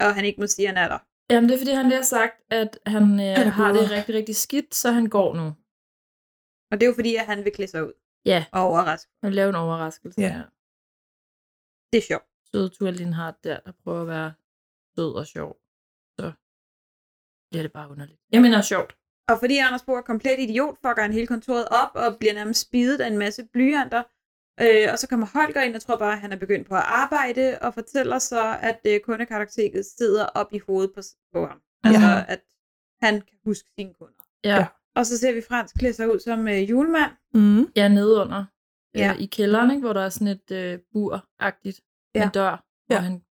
I: Og han ikke må sige, at han er der.
H: Jamen, det er, fordi han lige har sagt, at han øh,
I: Han er
H: har det
I: gået.
H: rigtig, rigtig skidt, så han går nu.
I: Og det er jo fordi, at han vil klæde sig ud
H: Ja,
I: og overraske.
H: han laver en overraskelse.
F: Ja.
H: her.
I: Det er sjovt.
H: søde Tua Lindhardt der, der prøver at være sød og sjov. Så bliver det bare underligt. Jeg mener sjovt.
I: Og fordi Anders Bo er komplet idiot, fucker han hele kontoret op og bliver nærmest spidet af en masse blyanter. Øh, og så kommer Holger ind og tror bare, at han er begyndt på at arbejde, og fortæller så, at øh, kundekartoteket sidder op i hovedet på, på ham. Altså,
H: Ja.
I: at han kan huske sine kunder.
H: Ja, ja.
I: Og så ser vi Frans klæde sig ud som øh, julemand.
F: Mm.
H: jeg er nede under ja.
I: Ja.
H: øh, i kælderen, ikke, hvor der er sådan et øh, bur-agtigt ja.
I: Ja.
H: en dør, hvor ja.
F: Ja.
H: han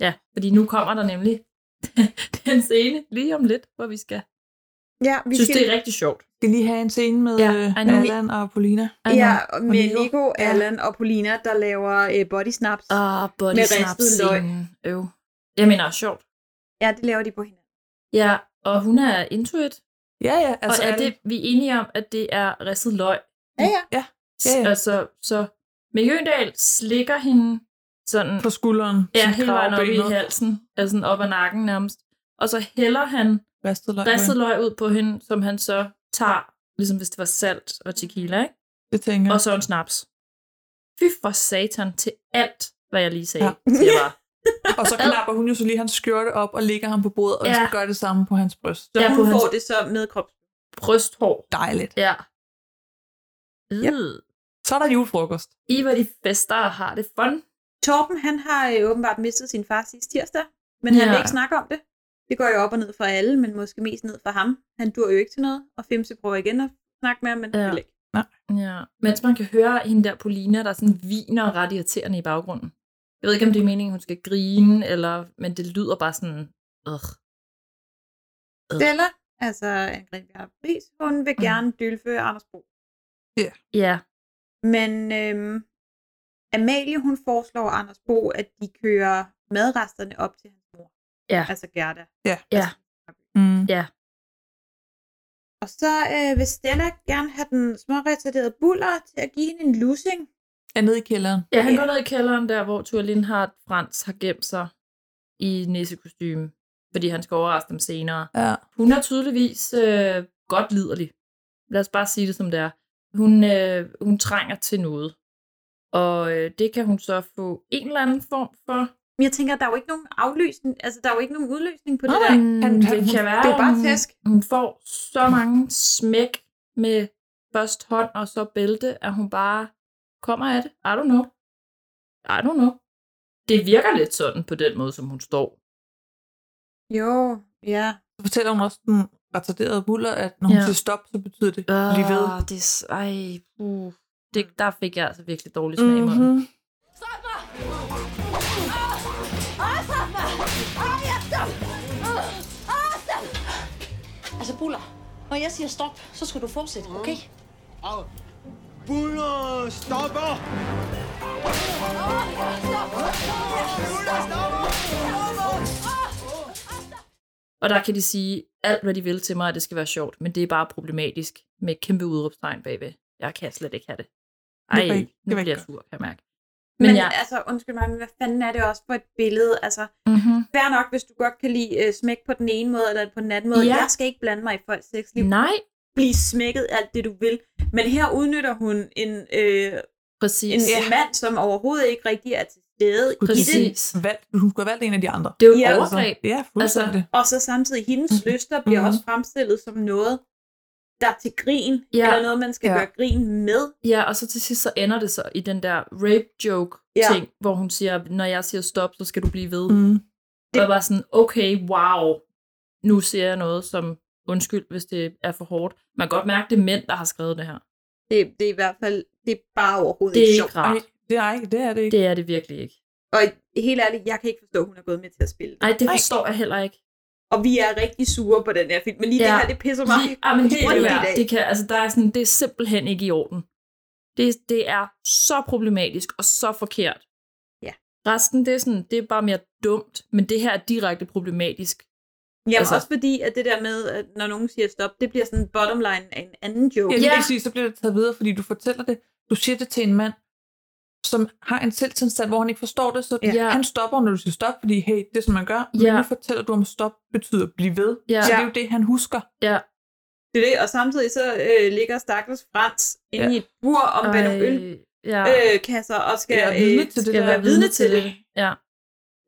H: Ja, fordi nu kommer der nemlig den scene lige om lidt, hvor vi skal.
I: Ja,
H: Vi synes, det er rigtig sjovt.
F: Vi skal lige have en scene med
H: Ja,
F: ja,
H: I know.
F: Allan og Paulina.
I: Ja, og med
F: Nico.
I: Nico, Allan og Paulina, der laver øh, body snaps.
H: Ah, body
I: med
H: snaps
I: ristet løg.
H: scenen. Øv. Jeg mener, sjovt.
I: Ja, det laver de på hinanden.
H: Ja, og hun er into it.
F: Ja, ja.
H: Altså,
F: altså
H: og er
F: alle-
H: det, vi er enige om, at det er ristet løg?
I: Ja, ja.
F: Ja,
H: ja, ja. Altså, så Mikke Øndal slikker hende sådan...
F: På skulderen.
H: Ja,
F: sådan
H: hele vejen op i
F: kravbenet.
H: halsen. Altså sådan op ad nakken nærmest. Og så hælder han
F: Ristet løg.
H: ristet løg ud på hende, som han så tager, ligesom hvis det var salt og tequila, ikke?
F: Det tænker jeg.
H: Og så en snaps. Fy for satan til alt, hvad jeg lige sagde.
F: Ja.
H: Ja. Det var.
F: Og så knapper hun jo så lige hans skjorte op og lægger ham på bordet, og
H: Ja.
F: ja. gør det samme på hans bryst.
H: Ja, på hans-
I: det så med krop.
H: brysthår.
F: Dejligt.
H: Ja.
F: Ja.
H: Yep.
F: Så er der julefrokost.
H: I var de fester og har det fun.
I: Torben, han har øh, åbenbart mistet sin far sidste tirsdag, men han
H: Ja.
I: vil ikke snakke om det. Det går jo op og ned for alle, men måske mest ned for ham. Han dur jo ikke til noget, og Fimse prøver igen at snakke med ham, men han
H: Ja.
I: vil ikke.
H: Ja. Mens man kan høre hende der Polina, der sådan viner ret irriterende i baggrunden. Jeg ved ikke, om det er meningen, hun skal grine, eller, men det lyder bare sådan... Ugh.
I: Stella, altså Angrid Bjerg Friis, hun vil
H: Mm.
I: gerne dylfe Anders Bro.
H: Ja.
I: Men øhm, Amalie, hun foreslår Anders Bo, at de kører madresterne op til hans mor.
H: Ja.
I: Altså Gerda.
F: Ja.
H: Ja.
F: Mm.
H: Ja.
I: Og så øh, vil Stella gerne have den småretarderede buller til at give hende en lussing.
F: Er nede i kælderen.
H: ja, han går ned i kælderen der, hvor Thur Lindhardt Frans har gemt sig i nissekostyme, fordi han skal overraske dem senere.
F: Ja.
H: Hun er tydeligvis øh, godt liderlig. Lad os bare sige det, som det er. Hun, øh, hun trænger til noget. Og øh, det kan hun så få en eller anden form for.
I: Men jeg tænker, der er jo ikke nogen afløsning, altså der er jo ikke nogen udløsning på det
F: Nej,
I: der.
F: nej. Han-
H: det
F: han-
H: kan være,
I: det er bare
H: hun-
I: tæsk.
H: Hun får så mange smæk med først hånd og så bælte, at hun bare kommer af det. I don't know. I don't know. Det virker lidt sådan på den måde, som hun står.
I: Jo, ja.
F: Så fortæller hun også den retarderede buller, at når hun
H: Ja.
F: ja. siger stop, så betyder det lige ved.
H: Ah, Det, er s- ej, uh. det, der fik jeg altså virkelig dårlig smag i munden.
F: Mhm.
B: Altså, buller. Når jeg siger stop, så skal du fortsætte, okay?
N: Buller stopper!
H: Og der kan de sige alt, hvad de vil til mig, at det skal være sjovt, men det er bare problematisk med et kæmpe udråbstegn bagved. Jeg kan slet ikke have det. Ej,
I: Det var ikke-
H: nu bliver jeg sur, kan jeg mærke.
I: Men,
H: Men
I: men
H: jeg,
I: altså, undskyld mig, men hvad fanden er det også for et billede? Altså,
H: mm-hmm.
I: fair nok, hvis du godt kan lide øh, smæk på den ene måde eller på den anden måde.
H: Ja.
I: Ja. Jeg skal ikke blande mig i folks sexliv.
H: Nej.
I: Bliv smækket alt det, du vil. Men her udnytter hun en, øh,
H: Præcis.
I: en, en mand, som overhovedet ikke rigtig er til stede i det.
H: Præcis.
F: Valgt, hun skulle have valgt en af de andre.
H: Det er jo et
I: Ja, altså.
H: overgreb.
F: Ja, fuldstændig. Altså,
I: Og så samtidig hendes lyster bliver også fremstillet som noget, der er til grin,
H: Ja.
I: eller noget, man skal
H: Ja.
I: gøre grin med.
H: Ja, og så til sidst så ender det så i den der rape joke ting, ja. hvor hun siger, når jeg siger stop, så skal du blive ved.
F: Mm.
H: Det var bare sådan, okay, wow, nu ser jeg noget som, undskyld, hvis det er for hårdt. Man kan godt mærke, det er mænd, der har skrevet det her.
I: Det, det er i hvert fald, det er bare overhovedet
H: Det er
I: ikke
H: ikke
I: sjovt.
H: rart.
F: Det er, ikke, det er det ikke.
H: Det er det virkelig ikke.
I: Og helt ærligt, jeg kan ikke forstå, at hun er gået med til at spille.
H: Nej, det forstår jeg heller ikke.
I: Og vi er rigtig sure på den her film, men lige ja. det her, det pisser mig.
H: Ja, ah, men det,
I: rundt i
H: det, er,
I: dag.
H: det, kan, altså, der er sådan, det er simpelthen ikke i orden. Det, det er så problematisk og så forkert.
I: Ja.
H: Resten, det er, sådan, det er bare mere dumt, men det her er direkte problematisk.
I: Jamen
H: Altså-
I: altså, også fordi, at det der med, at når nogen siger stop, det bliver sådan bottom line af en anden joke.
F: Ja, lige præcis, så bliver det taget videre, fordi du fortæller det. Du siger det til en mand, som har en selvtilstand, hvor han ikke forstår det, så
H: Ja.
F: ja. han stopper, når du siger stop, fordi hey, det er, som man gør,
H: Ja.
F: men nu fortæller du om stop betyder blive ved.
H: Ja.
F: Så det er jo det, han husker.
H: Ja.
I: Det er det, og samtidig så øh, ligger Stakkels Frans inde
F: Ja.
I: i et bur om bag nogle
H: Ej,
I: øl.
H: Ja.
I: Øh, kasser og skal, øh,
F: Være vidne til det
I: skal
F: der.
I: være vidne til det.
H: Ja.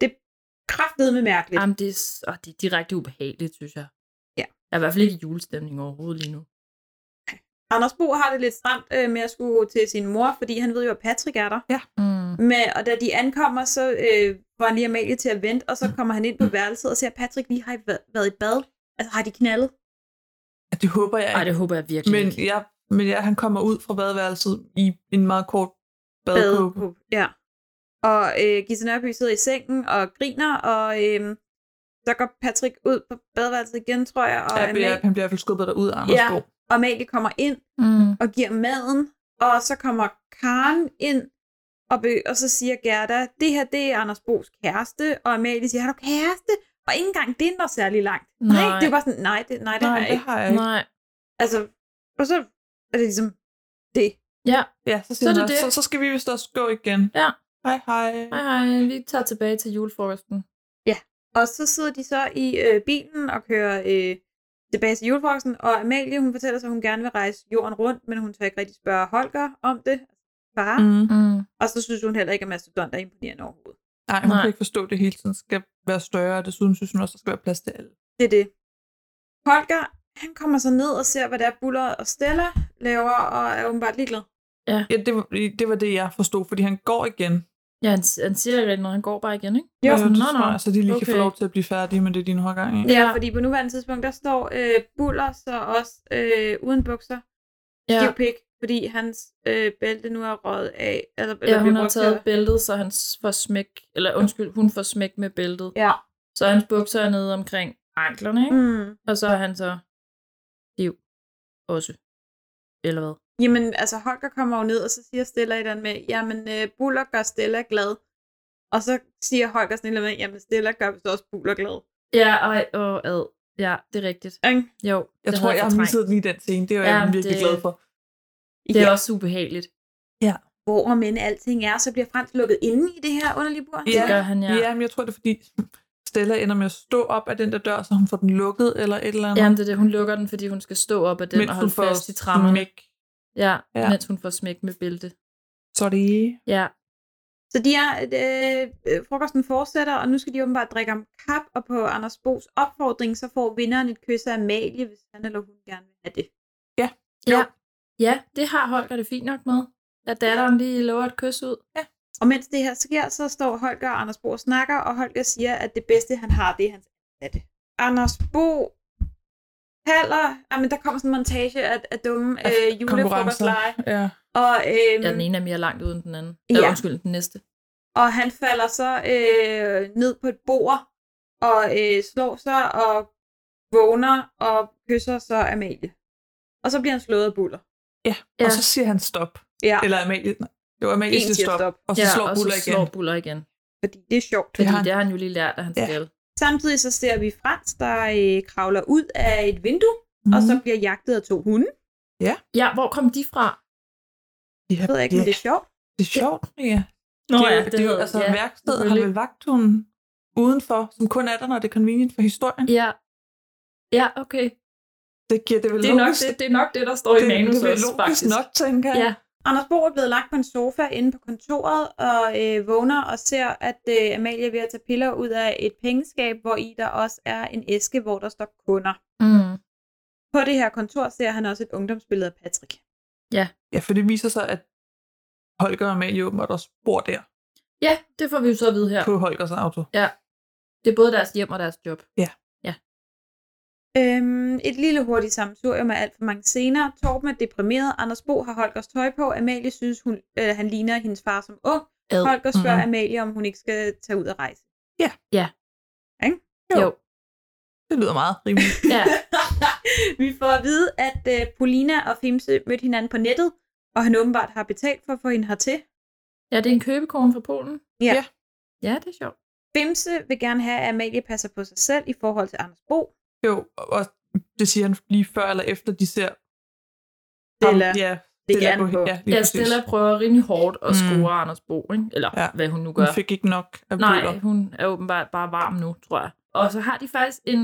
I: Det er kraftedeme mærkeligt.
H: Jamen, det er, s- åh, det er direkte ubehageligt, synes jeg.
I: Ja.
H: Jeg er i hvert fald ikke i julestemning overhovedet lige nu.
I: Anders Bo har det lidt stramt øh, med at skulle til sin mor, fordi han ved jo, at Patrick er der.
F: Ja.
H: Mm.
I: Men, og da de ankommer, så øh, får han lige Amalie til at vente, og så kommer han ind på værelset og ser, at Patrick lige har i- været i bad. Altså, har de knaldet?
F: Ja, Det håber jeg
H: Ej,
F: ikke.
H: det håber jeg virkelig
F: men
H: ikke.
F: jeg, men jeg, han kommer ud fra badeværelset i en meget kort badekåbe.
I: Ja. Og øh, Gisse Nørby sidder i sengen og griner, og øh, så går Patrick ud på badeværelset igen, tror jeg. Og
F: Ja,
I: Amalie-
F: bliver, han bliver i hvert fald skubbet derud af Anders
I: ja,
F: Bo.
I: og Amalie kommer ind
H: mm.
I: og giver maden, og så kommer Karen ind, og, be, og så siger Gerda, det her det er Anders Bos kæreste, og Amalie siger, har du kæreste? Og ikke engang det når særlig langt. Nej.
H: Nej.
I: nej det var sådan, nej, det, nej, det,
F: Nej,
I: har, jeg
F: det
I: ikke.
F: har jeg ikke.
H: Nej.
I: Altså, og så er det ligesom det.
H: Ja,
F: Ja, så,
H: Så
F: siger
H: er
F: så,
H: det
F: det
H: det.
F: så, så skal vi vist også gå igen.
H: Ja.
F: Hej, hej.
H: Hej, hej. Vi tager tilbage til julefrokosten.
I: Og så sidder de så i øh, bilen og kører øh, tilbage til julefrokosten, og Amalie, hun fortæller sig, at hun gerne vil rejse jorden rundt, men hun tør ikke rigtig spørge Holger om det, far.
F: Mm.
H: Mm.
I: Og så synes hun heller ikke, at Mastodon er imponerende overhovedet.
F: Nej, hun Nej.
H: Nej.
F: kan ikke forstå, at det hele tiden skal være større, og desuden synes hun også, der skal være plads til alle.
I: Det er det. Holger, han kommer så ned og ser, hvad der Buller og Stella laver, og er åbenbart ligeglad.
F: Ja, det var, det var det, jeg forstod, fordi han går igen.
H: Ja, han, han siger ikke rigtig noget. Han går bare igen, ikke?
F: Jo,
H: Og sådan,
F: det
H: "Nå, nå,
F: tror jeg, så de lige okay. kan få
H: okay."
F: lov til at blive færdige med det, de nu har gang i.
I: Ja, ja fordi på nuværende tidspunkt, der står øh, Buller så også øh, uden bukser,
H: Ja.
I: ja. stiv pik, fordi hans øh, bælte nu er røget af. Eller, eller
H: Ja, hun
I: bliver
H: har
I: brugt til-
H: taget bæltet, så han s- får smæk, eller undskyld, hun får smæk med bæltet.
I: Ja.
H: Så hans bukser er nede omkring anklerne, ikke?
I: Mm.
H: Og så er han så liv også. Eller hvad?
I: Jamen, altså Holger kommer jo ned, og så siger Stella et eller andet med, jamen øh, Buller gør Stella glad. Og så siger Holger sådan et eller andet med, jamen Stella gør vist også Buller glad.
H: Ja, ej, og ad. Ja, det er rigtigt.
I: Ikke?
H: Jo,
F: Jeg
H: det
F: tror,
H: havde
F: jeg har
H: fortrængt.
F: misset lige den scene. Det var
H: Ja,
F: ja, jeg virkelig
H: det-
F: det... glad for.
H: Det er
I: Ja.
H: også ubehageligt.
I: Hvor om end alting er, så bliver Frans lukket inde i det her underlige bur.
H: Det gør han, ja.
F: ja men jeg tror, det er fordi, Stella ender med at stå op af den der dør, så hun får den lukket eller et eller andet.
H: Jamen, det er det. Hun lukker den, fordi hun skal stå op af den
F: mens
H: og
F: hun
H: holde
F: får
H: fast i trammerne.
F: smæk.
H: Ja, ja,
F: Ja.
H: mens hun får smæk med bælte.
F: Sorry.
H: Ja,
I: Så de er, øh, øh, frokosten fortsætter, og nu skal de åbenbart drikke om kap, og på Anders Bos opfordring, så får vinderen et kys af Amalie, hvis han eller hun gerne vil have det.
H: Ja. ja, det har Holger det fint nok med. At datteren lige lover et kys ud.
I: Og mens det her sker, så står Holger og Anders Bo og snakker, og Holger siger, at det bedste, han har, det er hans ansatte. Anders Bo Haller, jamen, der kommer sådan en montage af, af dumme øh, julefrokostleje,
F: Ja.
I: og, øh,
H: Ja, den ene er mere langt uden den anden.
I: Ja.
H: Ja. Øh, undskyld, den næste.
I: og han falder så øh, ned på et bord, og øh, slår sig, og vågner, og kysser så Amalie. Og så bliver han slået af buller.
F: ja.
H: Ja.
F: Og så siger han stop.
I: Ja,
F: Eller Amalie. nej, Jo, Amalie
I: En
F: siger
I: siger
F: stop.
I: stop.
F: Og så
H: ja,
F: slår
H: og
F: Buller
H: så
F: igen.
H: slår Buller igen.
I: fordi det er sjovt.
H: Fordi
F: har han.
H: det har han jo lige lært, at han
F: Ja.
H: skal.
I: Samtidig så ser vi Frans, der øh, kravler ud af et vindue, mm. og så bliver jagtet af to hunde.
H: Ja, hvor kom de fra?
F: Ja,
I: Jeg ved ikke, om det er sjovt.
F: Det er sjovt, ja.
H: Nå
F: det,
H: ja,
F: er jo-
H: det
F: det, er jo,
H: havde-
F: altså
H: ja,
F: værkstedet har
H: selvfølgelig.
F: vel vagthunden udenfor, som kun er der, når det er convenient for historien.
H: Ja. Ja, okay.
F: Det giver det vel
H: Det er, nok
F: logisk,
H: det, det er nok det, der står i
F: det,
H: manus
F: det er vel
H: også,
F: logisk
H: faktisk.
F: nok, tænker jeg.
H: Ja,
I: Anders Bo er blevet lagt på en sofa inde på kontoret og øh, vågner og ser, at øh, Amalie er ved at tage piller ud af et pengeskab, hvor i der også er en æske, hvor der står kunder.
H: mm.
I: På det her kontor ser han også et ungdomsbillede af Patrick.
F: Ja, for det viser sig, at Holger og Amalie åbenbart også bor der
H: ja det får vi jo så at vide her.
F: ja. på Holgers auto.
H: Det er både deres hjem og deres job.
I: Øhm, et lille hurtigt samsurium med alt for mange scener. Torben er deprimeret, Anders Bo har Holgers tøj på, Amalie synes, hun, øh, han ligner hendes far som ung.
H: Ad.
I: Holger spørger
F: Mhm.
I: Amalie, om hun ikke skal tage ud og rejse.
F: Jo.
H: Jo.
F: Det lyder meget rimeligt.
H: Ja.
I: Vi får at vide, at øh, Polina og Fimse mødte hinanden på nettet, og han åbenbart har betalt for at få hende hertil.
H: ja, det er en købekorn fra Polen.
I: Ja.
F: Ja.
H: Ja, det er sjovt.
I: Fimse vil gerne have, at Amalie passer på sig selv i forhold til Anders Bo.
F: jo, og- og det siger han lige før eller efter, de ser
I: Stella.
F: ham. Ja,
I: Det
F: Stella
I: kan på.
F: Ja, lige
H: Ja,
F: præcis.
H: Stella prøver rimelig hårdt at
F: Mm.
H: score mm. Anders Bo, ikke? eller ja.
F: Ja.
H: hvad hun nu
F: Hun
H: gør.
F: fik ikke nok af bøger.
H: Nej, hun er åbenbart bare varm nu, tror jeg. Og så har de faktisk en,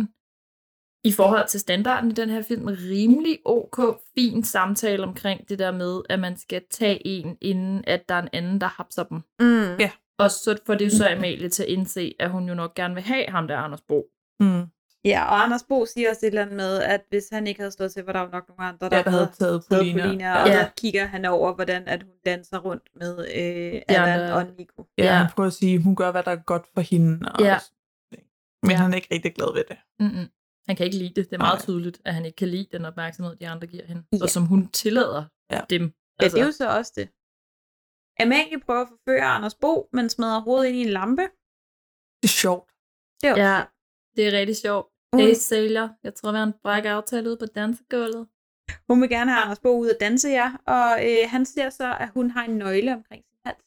H: i forhold til standarden i den her film, rimelig ok, fin samtale omkring det der med, at man skal tage en, inden at der er en anden, der hapser dem.
I: Mm.
F: Ja.
H: Og så får det jo så Amalie til at indse, at hun jo nok gerne vil have ham der, Anders Bo.
F: Mm.
I: ja, og Anders Bo siger også et eller andet med, at hvis han ikke havde stået til, var der jo nok nogle andre,
F: Ja,
I: der,
F: der havde taget
I: taget
F: Polina.
I: Polina.
F: Ja.
I: Og
H: Ja.
I: så kigger han over, hvordan at hun danser rundt med øh, Allan
H: andre.
I: og Nico.
F: Ja,
H: Ja.
F: han prøver at sige, hun gør, hvad der er godt for hende. Og
H: Ja.
F: Men
H: Ja.
F: han er ikke rigtig glad ved det.
H: Mm-mm. Han kan ikke lide det. Det er meget
F: Nej.
H: tydeligt, at han ikke kan lide den opmærksomhed, de andre giver hende. Ja.
I: Ja.
H: Og som hun tillader
F: Ja.
H: dem.
I: Ja, det er jo så også det. Amalie prøver at forføre Anders Bo, men smadrer hovedet ind i en lampe.
F: Det er sjovt.
I: Det er
H: ja, det er rigtig sjovt.
I: Mm.
H: Hey, Sailor. Jeg tror, vi har en bræk aftale ude på dansegulvet.
I: Hun vil gerne have Anders Bo ud og danse jer, og øh, han ser så, at hun har en nøgle omkring sin hals.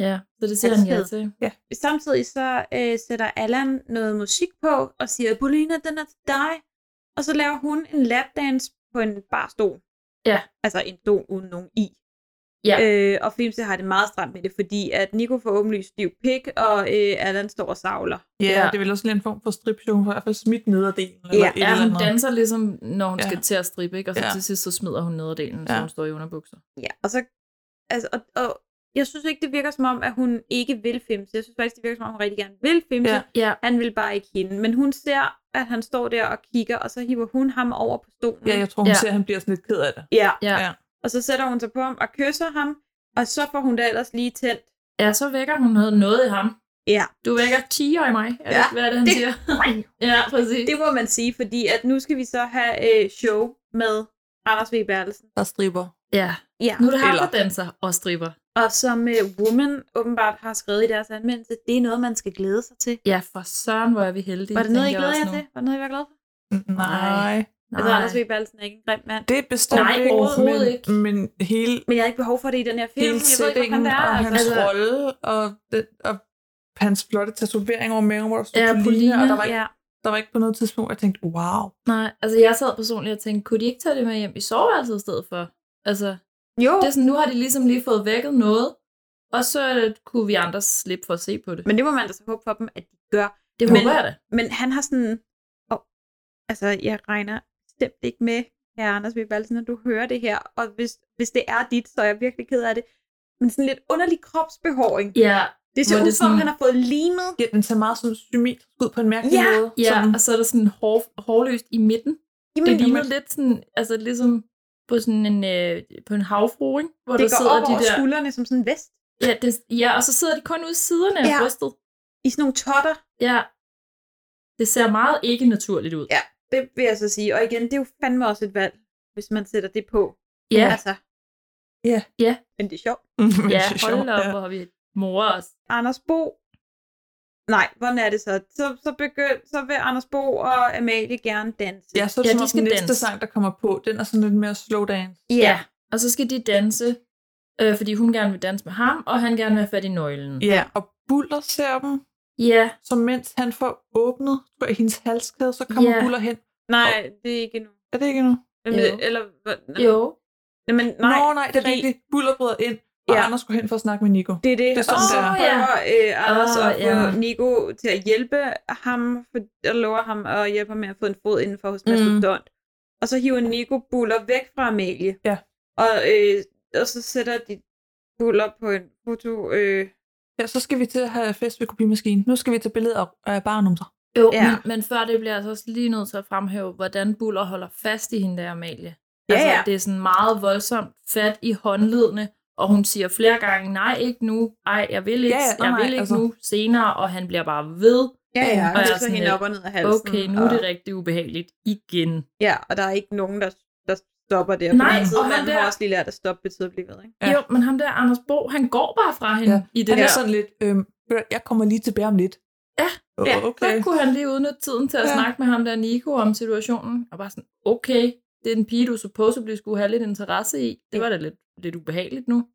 H: Ja, så det siger han ja
I: Halskæde.
H: til.
F: Ja.
I: Samtidig så øh, sætter Allan noget musik på og siger, Bolina, den er til dig. Og så laver hun en lapdance på en bar stol.
H: Ja.
I: Altså en stol uden nogen i.
H: Ja.
I: Øh, og Fimse har det meget stramt med det, fordi at Nico får åbenlyst stiv pik, og øh, Allan står og savler.
F: Ja, ja. det er vel også lidt en form for stripshow. Hun får i hvert fald smidt nederdelen. Eller
H: Ja,
F: et
H: ja
F: eller
H: Altså, hun
F: andet.
H: danser ligesom, når hun
F: Ja.
H: ja. skal til at strippe, ikke? og så
F: Ja.
H: ja. til sidst så smider hun nederdelen, ja.
F: Ja.
H: så hun står i underbukser.
I: Ja, og så... Altså, og, og jeg synes ikke, det virker som om, at hun ikke vil Fimse. Jeg synes faktisk, det virker som om, hun rigtig gerne vil Fimse.
H: Ja. Ja.
I: Han vil bare ikke hende. Men hun ser, at han står der og kigger, og så hiver hun ham over på stolen.
F: Ja, jeg tror, hun ja. ser, at han bliver sådan lidt ked af det.
I: Ja.
H: Ja.
F: ja.
I: Og så sætter hun sig på ham og kysser ham, og så får hun det ellers lige tændt.
H: Ja, så vækker hun noget, noget i ham.
I: Ja.
H: Du vækker tiger i mig. Er
I: Ja,
H: ja. det, hvad er det, han
I: det-
H: det. siger? ja, præcis.
I: Det må man sige, fordi at nu skal vi så have øh, show med Anders V. Bertelsen.
F: Der stripper.
H: Ja.
I: Ja.
H: Nu er det ham,
I: Eller-
H: der danser og stripper.
I: Og som øh, Woman åbenbart har skrevet i deres anmeldelse, det er noget, man skal glæde sig til.
H: Ja, for søren, hvor er vi heldige.
I: Var det noget, I
H: tænker
I: glæder
H: også
I: jer
H: nu.
I: til? Var det noget, I var glad for?
F: Mm, Nej.
H: Nej.
I: Altså, Anders V. Bertelsen er ikke en grim mand.
F: Det er bestemt
I: Nej,
F: ikke,
I: overhovedet
F: men,
I: ikke.
F: Men hele,
I: Men jeg har ikke behov for det i den her film.
F: hele
I: jeg ved ikke,
F: sætningen
I: hvordan det er.
F: og hans
I: altså.
F: rolle og, det, og hans flotte tatovering over maven, hvor der stod
H: Ja,
F: Pauline,
H: Pauline,
F: og der var, ikke,
I: ja.
F: der var ikke på noget tidspunkt, jeg tænkte, wow.
H: Nej, altså jeg sad personligt og tænkte, kunne de ikke tage det med hjem i soveværelset i stedet for? Altså,
I: Jo,
H: det er sådan, nu har de ligesom lige fået vækket noget, og så øh, kunne vi andre slippe for at se på det.
I: men det må man da så håbe for dem, at de gør.
H: det
I: men-
H: håber jeg da.
I: Men han har sådan... Oh, altså, jeg regner bestemt ikke med, herre Anders V. Balsen, når du hører det her. Og hvis, hvis det er dit, så er jeg virkelig ked af det. Men sådan lidt underlig kropsbehåring.
H: Ja,
I: Det ser
H: hvor
I: ud
H: det
I: som, sådan...
H: sådan-
I: han har fået limet.
F: Ja, den ser meget sådan symmetrisk ud på en mærkelig
I: Ja,
F: måde.
H: ja
F: Sådan,
H: og så er der sådan hår, hårløst i midten.
I: Jamen,
H: det ligner
I: jamen,
H: lidt sådan, altså ligesom på sådan en, øh, på en havfru, ikke? Hvor
I: det
H: der
I: går
H: sidder
I: op
H: de
I: over
H: der...
I: skuldrene som sådan en vest.
H: Ja, det, ja, og så sidder de kun ude i siderne af
I: Ja.
H: ja. brystet.
I: I sådan nogle totter.
H: Ja. Det ser meget ikke naturligt ud.
I: Ja. Det vil jeg så sige. Og igen, det er jo fandme også et valg, hvis man sætter det på.
H: Ja,
I: Altså,
F: Ja.
H: Ja.
I: Men det er sjovt.
F: Men
H: ja
F: det er sjovt,
H: hold da op,
F: ja.
H: hvor har vi mor os.
I: Anders Bo. Nej, hvordan er det så? Så, så, begynd, så vil Anders Bo og Amalie gerne danse.
F: Ja, så er det
H: Ja,
F: ja,
H: de
F: som om
H: skal
F: den næste
H: danse.
F: sang, der kommer på, den er sådan lidt mere slow dance.
H: Ja, og så skal de danse, øh, fordi hun gerne vil danse med ham, og han gerne vil have fat i nøglen.
F: Ja, og Buller ser dem,
H: Ja,
F: så mens han får åbnet tror jeg, hendes halskæde, så kommer
H: Ja.
F: Buller hen.
I: Nej, det er ikke endnu.
F: Er det ikke nu?
I: Jamen,
H: Jo.
I: det- Eller, hvad- nej.
H: jo.
I: Nej, men, nej,
F: Nå, nej, det er
I: fordi-
F: rigtigt. Buller bryder ind, og
I: Ja.
F: ja. Anders går hen for at snakke med Nico.
I: Det er det,
F: Det er sådan,
I: og så
F: det er.
I: prøver øh, Anders
H: Åh,
I: at få
H: ja.
I: Nico til at hjælpe ham, for, og lover ham at hjælpe ham med at få en fod indenfor hos
F: Mm.
I: Mastodont. Og så hiver Nico Buller væk fra Amalie.
F: Ja.
I: Og, øh, og så sætter de Buller på en foto... Øh,
F: Ja, så skal vi til at have fest ved kopimaskinen. Nu skal vi tage billeder af barnumser.
H: Jo,
I: Ja.
H: ja. men, men før det bliver jeg altså også lige nødt til at fremhæve, hvordan Buller holder fast i hende der, Amalie.
I: Ja,
H: altså,
I: ja.
H: det er sådan meget voldsomt fat i håndledene, og hun siger flere gange, nej, ikke nu, ej, jeg vil ikke,
F: Ja,
H: ja,
F: ja,
H: jeg
F: nej,
H: vil ikke
F: altså.
H: altså. nu, senere, og han bliver bare ved.
I: ja, ja,
H: og
I: og
H: jeg er
I: så
H: sådan
I: hende
H: lidt,
I: op og ned af halsen.
F: Altså,
H: Okay, nu er det
I: og,
H: rigtig ubehageligt igen.
I: Ja, og der er ikke nogen, der, der stopper der.
H: Nej,
I: for
H: og han
I: man har
H: der-
I: også lige lært at stoppe betyder at blive ved, ikke?
F: Ja.
H: Ja. Jo, men ham der, Anders Bo, han går bare fra hende
F: Ja.
H: ja. i det
F: Han
H: der.
F: er sådan lidt, øhm, ved du hvad, jeg kommer lige tilbage om lidt.
H: Ja,
F: Åh,
I: ja.
F: okay.
H: Så kunne han lige udnytte tiden til at
F: Ja.
H: ja. snakke med ham der Nico om situationen, og bare sådan, okay, det er en pige, du supposedly skulle have lidt interesse i. Det var da lidt, lidt ubehageligt nu.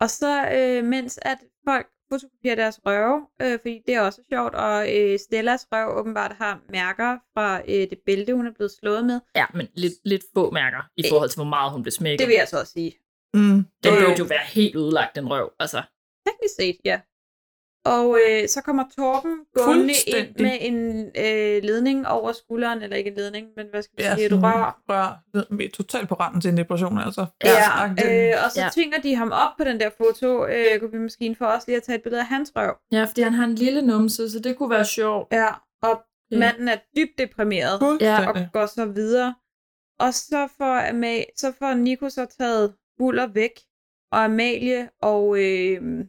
I: Og så øh, mens at folk fotokopierer deres røve, øh, fordi det er også sjovt, og øh, Stellas røv åbenbart har mærker fra øh, det bælte, hun er blevet slået med.
H: Ja, men lidt, lidt få mærker i
I: Det-
H: forhold til, hvor meget hun blev smækket.
I: Det vil jeg så også sige.
F: Mm.
H: Den
I: Jo, jo.
H: burde jo være helt ødelagt, den røv. Altså,
I: Teknisk set, ja. Og øh, så kommer Torben gående ind
F: Fuldstændig.
I: med en øh, ledning over skulderen, eller ikke en ledning, men hvad skal vi
F: Ja,
I: sige, et
F: sådan
I: rør.
F: rør. Vi er totalt på randen til en depression, altså.
I: Ja,
F: Agtigt.
I: øh, og så
H: Ja.
I: tvinger de ham op på den der foto, øh, kunne vi måske for også lige at tage et billede af hans røv.
H: ja, fordi han har en lille numse, så det kunne være sjovt.
I: Ja, og
H: Ja.
I: manden er dybt deprimeret. og
F: Fuldstændig.
I: går så videre. Og så får, Ama- så får Nico så taget Buller væk, og Amalie og øh,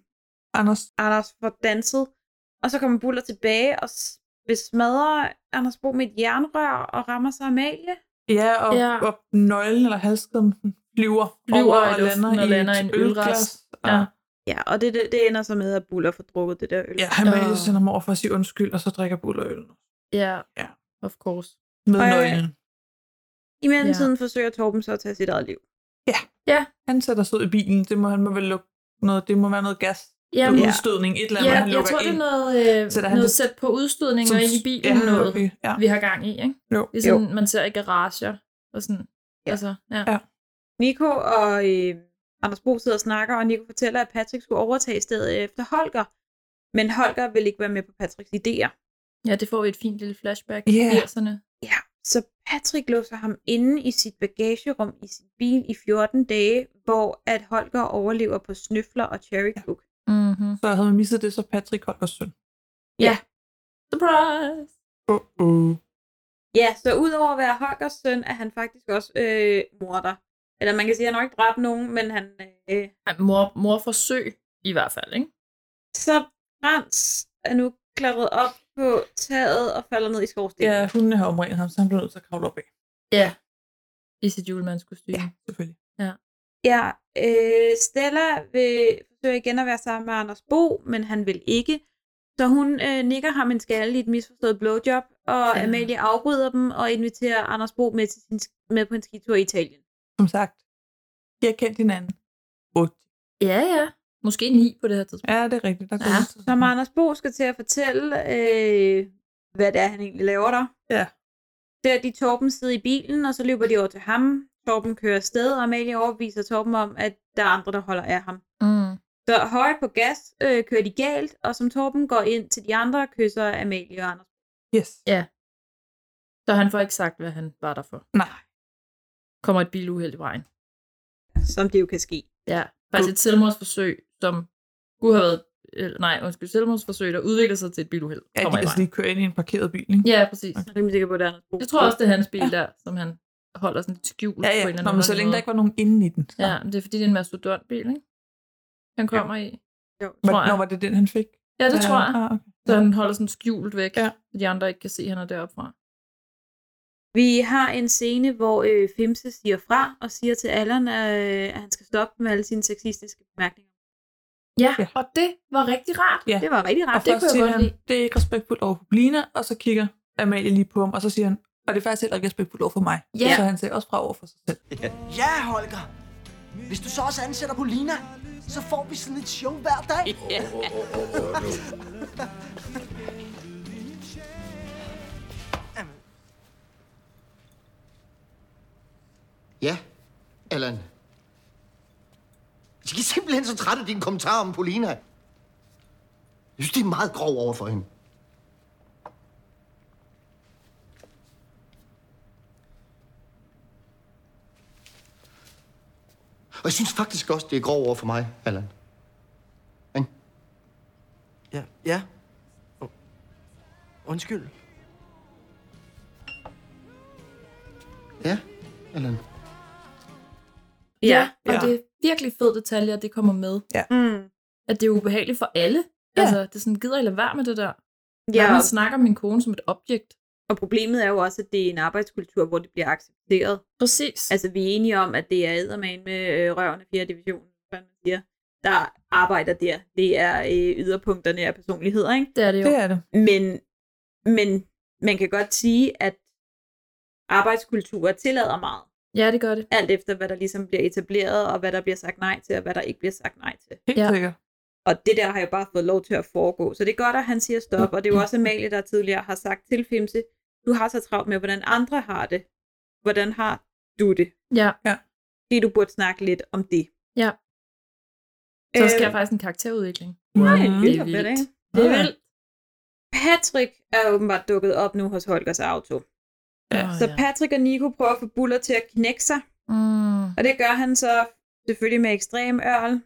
F: Anders,
I: Anders får danset. Og så kommer Buller tilbage og s- vil smadre Anders Bo med et jernrør og rammer så Amalie.
F: ja, og,
H: Ja.
F: og nøglen eller halskæden flyver,
H: Flyver
F: over
H: i
F: og
H: luften
F: lander
H: og
F: i
H: lander i
F: et
H: en ølglas.
F: ølglas.
H: Ja.
F: Og
I: Ja, og det, det, det ender så med, at Buller får drukket det der øl.
F: Ja, han vil oh. sende ham over for at sige undskyld, og så drikker Buller øl.
H: Ja,
F: ja.
H: of course.
F: Med
I: Og-
F: nøglen.
I: I mellemtiden ja. forsøger Torben så at tage sit eget liv.
H: Ja.
F: Han sætter sig ud i bilen. Det må, han må vel lukke noget. Det må være noget gas.
H: Jamen-
F: noget udstødning, et eller andet,
H: ja,
F: han
H: jeg
F: lukker
H: tror, det er
F: ind.
H: noget, øh,
F: Sætter han
H: noget
F: det-
H: sæt på udstødning
F: Som-
H: og ind i bilen
F: ja,
H: ja, noget,
F: okay, ja.
H: vi har gang i, ikke?
F: Jo.
H: Det er sådan, man ser i garager og sådan. Ja. Altså, ja.
F: ja.
I: Nico og øh, Anders Bo sidder og snakker, og Nico fortæller, at Patrick skulle overtage stedet efter Holger. Men Holger vil ikke være med på Patricks idéer.
H: Ja, det får vi et fint lille flashback
I: Ja.
H: i 80'erne.
I: Ja, så Patrick låser ham inde i sit bagagerum i sin bil i 14 dage, hvor at Holger overlever på snøfler og cherry coke.
H: Mm-hmm.
F: Så havde man misset det, så Patrick Holgers søn.
I: Ja.
H: Surprise!
F: Uh.
I: Ja, så udover at være Holgers søn, er han faktisk også øh, morder. Eller man kan sige, at han har ikke dræbt nogen, men han... Øh,
H: Ej, mor, mor forsøg i hvert fald, ikke?
I: så Frans er nu klatret op på taget og falder ned i skorstenen.
F: Ja, hundene har omringet ham, så han blev nødt til at kravle op af.
H: Ja. I sit julemandskostyme. Ja,
F: selvfølgelig.
H: Ja.
I: Ja, øh, Stella vil forsøge igen at være sammen med Anders Bo, men han vil ikke. Så hun øh, nikker ham en skalle i et misforstået blowjob, og
F: Ja.
I: ja. Amalie afbryder dem og inviterer Anders Bo med, til sin, med på en skitur i Italien.
F: Som sagt, de har kendt hinanden. Otte.
H: Ja, ja. Måske ni på det her tidspunkt.
F: Ja, det er rigtigt. Der går lidt tid.
I: Som Anders Bo skal til at fortælle, øh, hvad det er, han egentlig laver der.
F: Ja.
I: Der de Torben sidde i bilen, og så løber de over til ham. Torben kører afsted, og Amalie overbeviser Torben om, at der er andre, der holder af ham.
H: Mm.
I: Så højt på gas øh, kører de galt, og som Torben går ind til de andre, kysser Amalie og Anders.
F: Yes.
H: Ja. Så han får ikke sagt, hvad han var der for.
F: Nej.
H: Kommer et biluheld i vejen.
I: Som det jo kan ske.
H: Ja, faktisk et selvmordsforsøg, som kunne have været... Eller, nej, undskyld, selvmordsforsøg, der udvikler sig til et biluheld.
F: Ja,
H: kommer i
F: de
H: vejen.
F: kan altså lige køre ind i en parkeret bil, ikke?
H: Ja, præcis.
I: Jeg er rimelig sikker på, at det er Anders Bo.
H: Jeg tror også, det er hans bil der, som han holder sådan lidt skjult
F: Ja,
H: på
F: ja.
H: en eller anden
F: Nå, men så
H: underlig
F: længe der
H: måde.
F: ikke var nogen inde i den. så-
H: Ja, men det er fordi, det er en mastodontbil, ikke? Han kommer ja. i.
I: Jo,
F: Hvor,
H: tror jeg.
F: Når var det den, han fik?
H: Ja, det
F: Ja,
H: tror jeg.
F: ah, okay.
H: Så han holder sådan skjult væk, ja. så de andre ikke kan se, at han er deroppe fra.
I: Vi har en scene, hvor øh, Fimse siger fra og siger til Allan, øh, at han skal stoppe med alle sine sexistiske bemærkninger.
H: Ja, ja. og det var rigtig rart.
F: Ja.
I: Det var rigtig rart.
F: Og
I: Det
F: først
I: kunne jeg
F: siger
I: godt
F: han,
I: lide.
F: Det er ikke respektfuldt over for Blina, og så kigger Amalie lige på ham, og så siger han, og det er faktisk heller ikke respektfuldt over for mig.
K: Ja.
F: Så han ser også fra over for sig selv.
K: Ja, Holger. Hvis du så også ansætter Polina, så får vi sådan et show hver dag.
N: Ja, Allan. Jeg er simpelthen så træt af dine kommentarer om Polina. Jeg synes, det er meget grov over for hende. Og jeg synes faktisk også, det er grov over for mig, Allan.
K: Ja. ja. Oh. Undskyld.
N: Ja, Allan.
H: Ja, ja. og
N: Ja.
H: det er virkelig fed detalje, at det kommer med.
F: Ja.
I: Mm.
H: At det er ubehageligt for alle. Ja. Altså, det er sådan, gider I lade være med det der?
I: Ja.
H: Ja. Man snakker om min kone som et objekt.
I: Og problemet er jo også, at det er en arbejdskultur, hvor det bliver accepteret.
H: Præcis.
I: Altså, vi er enige om, at det er eddermane med øh, røven af 4. division, hvad man siger, der arbejder der. Det er øh, yderpunkterne af personligheder, ikke?
H: Det er det jo.
F: Det er det.
I: Men, men man kan godt sige, at arbejdskulturer tillader meget.
H: Ja, det gør det.
I: Alt efter, hvad der ligesom bliver etableret, og hvad der bliver sagt nej til, og hvad der ikke bliver sagt nej til.
F: Helt ja. sikkert.
I: Og det der har jo bare fået lov til at foregå. Så det er godt, at han siger stop, og det er jo også Amalie, der tidligere har sagt til Fimse, du har så travlt med, hvordan andre har det. Hvordan har du det?
H: Ja.
F: ja.
I: Fordi du burde snakke lidt om det.
H: Ja. Så sker
I: Øh,
H: der faktisk en karakterudvikling.
I: Nej,
H: Mm.
I: vildt,
H: Det er
I: vildt.
H: vildt.
I: Det er
H: Ja.
I: vildt. Patrick er åbenbart dukket op nu hos Holgers auto.
H: Ja.
I: Så Patrick og Nico prøver at få Buller til at knække sig,
H: Mm.
I: og det gør han så selvfølgelig med ekstrem ørl.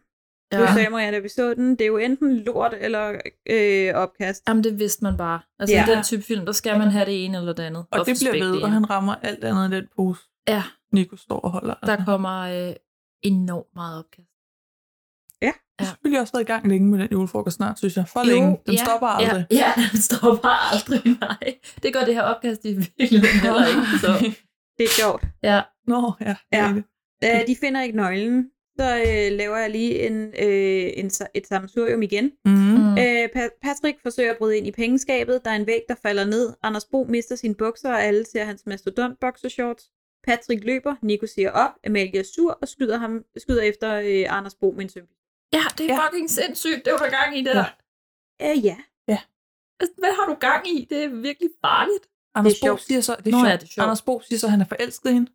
I: Ja. Du
H: Ja.
I: sagde mig, da vi så den, det er jo enten lort eller øh, opkast.
H: Jamen, det vidste man bare. Altså,
I: Ja.
H: ja. i den type film, der skal man have det ene eller det andet.
F: Og det
H: Oftest
F: bliver
H: begge
F: ved,
H: dele.
F: og han rammer alt andet i den pose,
H: Ja,
F: Nico står og holder.
H: der kommer øh, enormt meget opkast.
F: selvfølgelig også været i gang længe med den julefrokost snart, synes jeg. For længe. Den
H: ja,
F: stopper aldrig.
H: Ja, ja, den stopper aldrig, nej. Det gør det her opkast i virkeligheden heller ikke. Så.
I: Det er sjovt.
H: Ja.
F: Nå, ja.
H: Mm.
I: ja. Øh, de finder ikke nøglen, så øh, laver jeg lige en, øh, en, sa- et sammensurium igen.
F: Mm.
I: Øh, pa- Patrick forsøger at bryde ind i pengeskabet. Der er en væg, der falder ned. Anders Bo mister sine bukser, og alle ser hans mastodont boxershorts. Patrick løber, Nico siger op, Amalie er sur og skyder, ham, skyder efter øh, Anders Bo med en søm.
H: Ja, det er ja. fucking sindssygt, det var der gang i det
I: Ja.
H: der.
I: Øh, ja.
F: Ja.
H: Altså, Hvad har du gang i? Det er virkelig farligt.
F: Anders
H: Det er
F: Bo
H: sjovt.
F: siger så, det er,
H: Nå,
F: sjovt.
H: ja, det er sjovt.
F: Anders Bo siger så, at han er forelsket i hende.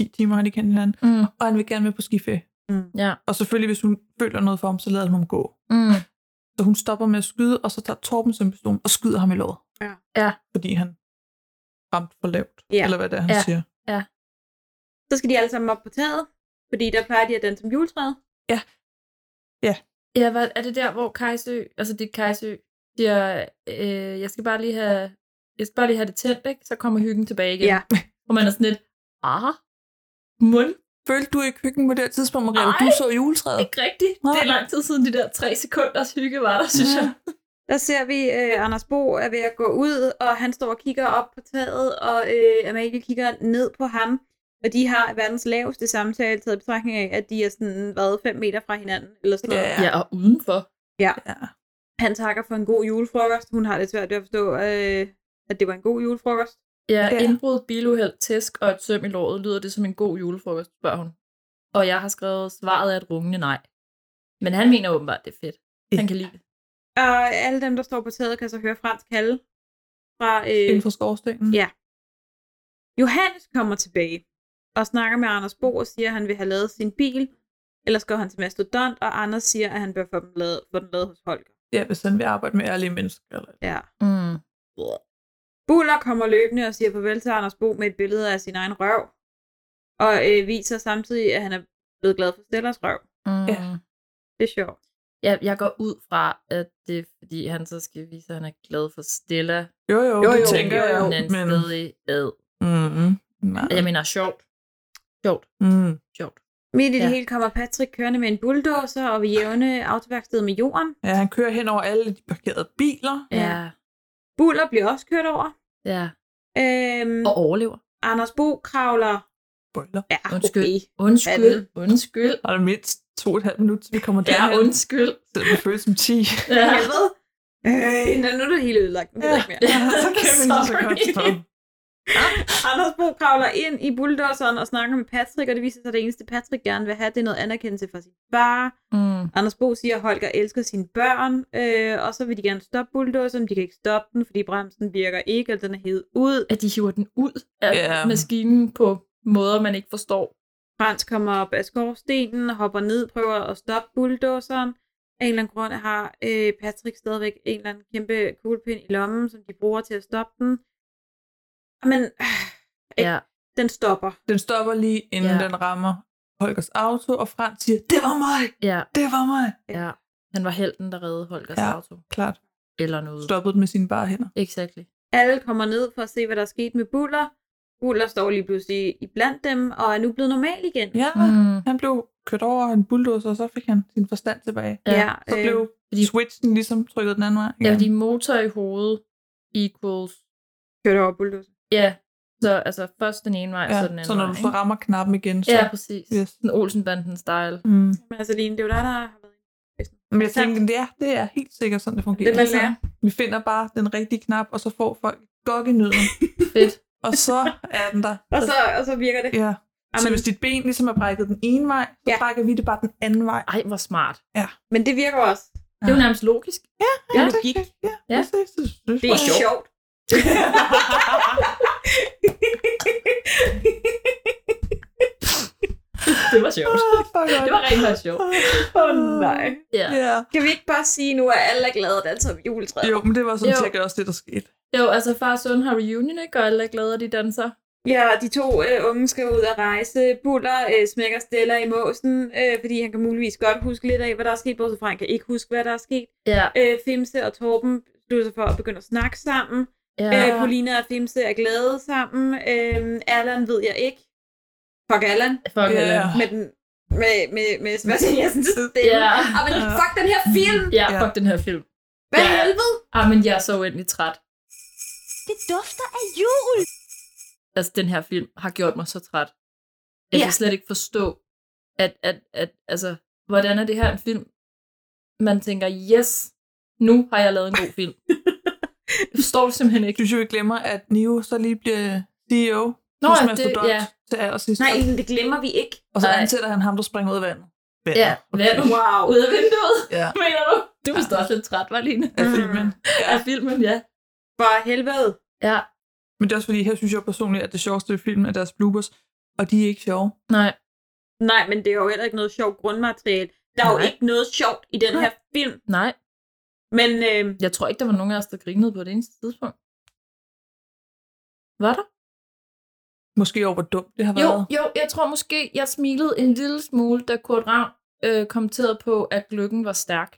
F: 10 timer har de kendt hinanden.
H: Mm.
F: Og han vil gerne med på skiferie.
I: Mm.
H: Ja.
F: Og selvfølgelig, hvis hun føler noget for ham, så lader hun ham gå.
H: Mm.
F: Så hun stopper med at skyde, og så tager Torben som pistol og skyder ham i låret.
I: Ja.
H: Ja.
F: Fordi han ramte for lavt.
I: Ja.
F: Eller hvad det er, han
I: Ja.
F: siger.
H: Ja.
I: Så skal de alle sammen op på taget, fordi der plejer de at danse om juletræet.
F: Ja. Ja.
H: Ja, hvad, er det der, hvor Kajsø, altså dit Kajsø, siger, øh, jeg skal bare lige have, jeg skal bare lige have det tændt, ikke? Så kommer hyggen tilbage igen.
I: Ja.
H: Og man er sådan lidt, ah, mund.
F: Følte du ikke hyggen på det her tidspunkt, Maria?
H: Ej,
F: Du så juletræet.
H: Ikke rigtigt. Det er lang tid siden, de der tre sekunders hygge var der, synes jeg.
I: Der ser vi, øh, Anders Bo er ved at gå ud, og han står og kigger op på taget, og øh, Amalie kigger ned på ham. Og de har verdens laveste samtale, taget i betragtning af, at de er sådan, hvad, fem meter fra hinanden, eller sådan noget.
H: Ja. ja, og udenfor.
I: Ja.
F: ja.
I: Han takker for en god julefrokost. Hun har lidt svært ved at forstå, øh, at det var en god julefrokost.
H: Ja,
I: Ja.
H: indbrud, biluheld, tæsk og et søm i låret, lyder det som en god julefrokost, spørger hun. Og jeg har skrevet, svaret er et rungende nej. Men han mener åbenbart, det er fedt. Han kan lide det.
I: Og alle dem, der står på taget, kan så høre fransk kalde fra... Øh,
F: Inden for skorstenen.
I: Ja. Johannes kommer tilbage og snakker med Anders Bo og siger, at han vil have lavet sin bil. Ellers går han til Mastodont, og Anders siger, at han bør få den lavet, få den lavet hos Holger.
F: Ja, hvis han vil arbejde med ærlige mennesker. Eller...
I: Ja.
H: Mm.
I: Buller kommer løbende og siger farvel til Anders Bo med et billede af sin egen røv. Og øh, viser samtidig, at han er blevet glad for Stellers røv.
H: Mm. Ja.
I: Det er sjovt.
H: Jeg, jeg går ud fra, at det er, fordi han så skal vise, at han er glad for Stella.
F: Jo, jo, Jo, det jo, tænker jo, jeg jo,
H: Men han
F: men-
H: stadig ad.
F: Mm-hmm.
H: Jeg mener, sjovt. Sjovt.
F: Mm.
H: Sjovt.
I: Midt i det
H: Ja.
I: hele kommer Patrick kørende med en bulldozer og vil jævne autoværkstedet med jorden.
F: Ja, han kører hen over alle de parkerede biler.
H: Ja.
I: Buller bliver også kørt over.
H: Ja.
I: Øhm,
F: Mm.
H: Og overlever.
I: Anders Bo kravler.
F: Boiler.
I: Ja,
H: Undskyld.
I: okay.
H: Undskyld. Undskyld.
F: Og der er mindst to og et halvt minut, til vi kommer
H: Ja,
F: derhen.
H: undskyld.
F: Så det føles som 10.
I: Ja. Helvede. Øh, nå, nu er det hele ødelagt. Nu ja. ikke mere.
F: Ja, så kan vi lige så godt stoppe.
I: Anders Bo kravler ind i bulldozeren og snakker med Patrick, og det viser sig, at det eneste Patrick gerne vil have, det er noget anerkendelse fra sin far.
H: Mm.
I: Anders Bo siger, at Holger elsker sine børn, øh, og så vil de gerne stoppe bulldozeren, men de kan ikke stoppe den, fordi bremsen virker ikke, og den er hævet ud.
H: At de hiver den ud af
I: Ja.
H: maskinen på måder, man ikke forstår.
I: Frans kommer op af skorstenen, hopper ned, prøver at stoppe bulldozeren. Af en eller anden grund har øh, Patrick stadigvæk en eller anden kæmpe kuglepind i lommen, som de bruger til at stoppe den. Men øh,
H: Ja.
I: den stopper.
F: Den stopper lige, inden
H: Ja.
F: ja. den rammer Holgers auto, og Frans siger, det var mig,
H: Ja.
F: det var mig.
H: ja. Han var helten, der redde Holgers
F: Ja.
H: ja. auto.
F: Klart.
H: Eller noget.
F: Stoppede den med sine bare hænder.
H: Exactly.
I: Alle kommer ned for at se, hvad der er sket med Buller. Buller står lige pludselig i blandt dem, og er nu blevet normal igen.
F: Ja,
H: mm.
F: han blev kørt over af en bulldozer, og så fik han sin forstand tilbage.
I: Ja,
F: så
I: øh,
F: blev
H: fordi-
F: switchen ligesom trykket den anden vej.
H: Ja, fordi motor i hovedet equals...
I: Kørt over bulldozer.
H: Ja, så altså først den ene vej,
F: ja.
H: så den anden
F: så når
H: vej.
F: du så
H: ikke?
F: rammer knappen igen, så...
H: Ja, præcis.
F: Yes.
H: Den Olsenbanden-style.
F: Mm.
I: Men altså, Line, det er jo dig, der har været
F: Men jeg tænker, ja, det er helt sikkert sådan, det fungerer.
I: Det, man lærer.
F: Vi finder bare den rigtige knap, og så får folk gokkenøden.
H: Fedt.
F: Og så er den der.
I: Og så, og så virker det.
F: Ja. Så
I: Amen.
F: hvis dit ben ligesom er brækket den ene vej, så ja. brækker vi det bare den anden vej.
H: Ej, hvor smart.
F: Ja.
I: Men det virker også.
H: Det er jo nærmest logisk.
F: Ja,
H: Ja.
F: det, det, ja,
H: Ja.
F: det, det, det, det,
I: Det er sjovt. sjovt.
H: Det var sjovt. Det var rigtig meget sjovt.
I: Åh oh, nej.
H: Ja.
F: Ja.
I: Kan vi ikke bare sige nu, at alle er glade, at danser om juletræet?
F: Jo, men det var sådan
H: Jo.
F: cirka også det, der skete.
H: Jo, altså far og søn har reunion, ikke? Og alle er glade, og de danser.
I: Ja, de to øh, unge skal ud og rejse. Buller øh, smækker Stella i måsen, øh, fordi han kan muligvis godt huske lidt af, hvad der er sket. Bortset fra, han kan ikke huske, hvad der er sket.
H: Ja.
I: Øh, Fimse og Torben slutter sig for at begynde at snakke sammen.
H: Ja.
I: Øh, Polina og Fimse er glade sammen. Øh, Erland ved jeg ikke. Fuck Erland.
H: Fuck
I: Øh,
H: Erland.
I: Med den med, med, med Sebastian Jensens stemme.
H: Ja.
I: Ah, men fuck den her film!
H: Ja, fuck den her film.
I: Hvad
H: Ja.
I: i helvede?
H: Ah, men jeg er så uendelig træt.
E: Det dufter af jul.
H: Altså, den her film har gjort mig så træt. Jeg
E: Ja.
H: kan slet ikke forstå, at, at, at altså, hvordan er det her en film? Man tænker, yes, nu har jeg lavet en god film. Jeg forstår det simpelthen ikke.
F: Du synes jo, vi glemmer, at Nio så lige bliver E CEO.
H: Nå,
F: hos
H: ja,
F: Mastodont
H: det- ja.
F: Til allersidst.
I: Nej, det glemmer vi ikke.
F: Og så
H: Nej.
F: ansætter han ham, der springer ud af vandet. Vandet.
H: Ja, vandet
I: Wow.
H: ud af vinduet,
F: Ja.
H: mener du? Du er vist også lidt træt, var Line?
F: Af filmen.
H: Af filmen, ja.
I: Mm. For helvede.
H: Ja,
F: Men det er også fordi, her synes jeg personligt, at det sjoveste ved filmen er deres bloopers, og de er ikke sjove.
H: nej.
I: Nej, men det er jo heller ikke noget sjovt grundmateriale. Der er jo
F: Nej.
I: ikke noget sjovt i den her film.
H: Nej.
I: Men øh,
H: Jeg tror ikke, der var nogen af os, der grinede på det eneste tidspunkt. Var der?
F: Måske over, hvor dumt det har
H: Jo,
F: været.
H: jo, jeg tror måske, jeg smilede en lille smule, da Kurt Ravn øh, kommenterede på, at lykken var stærk,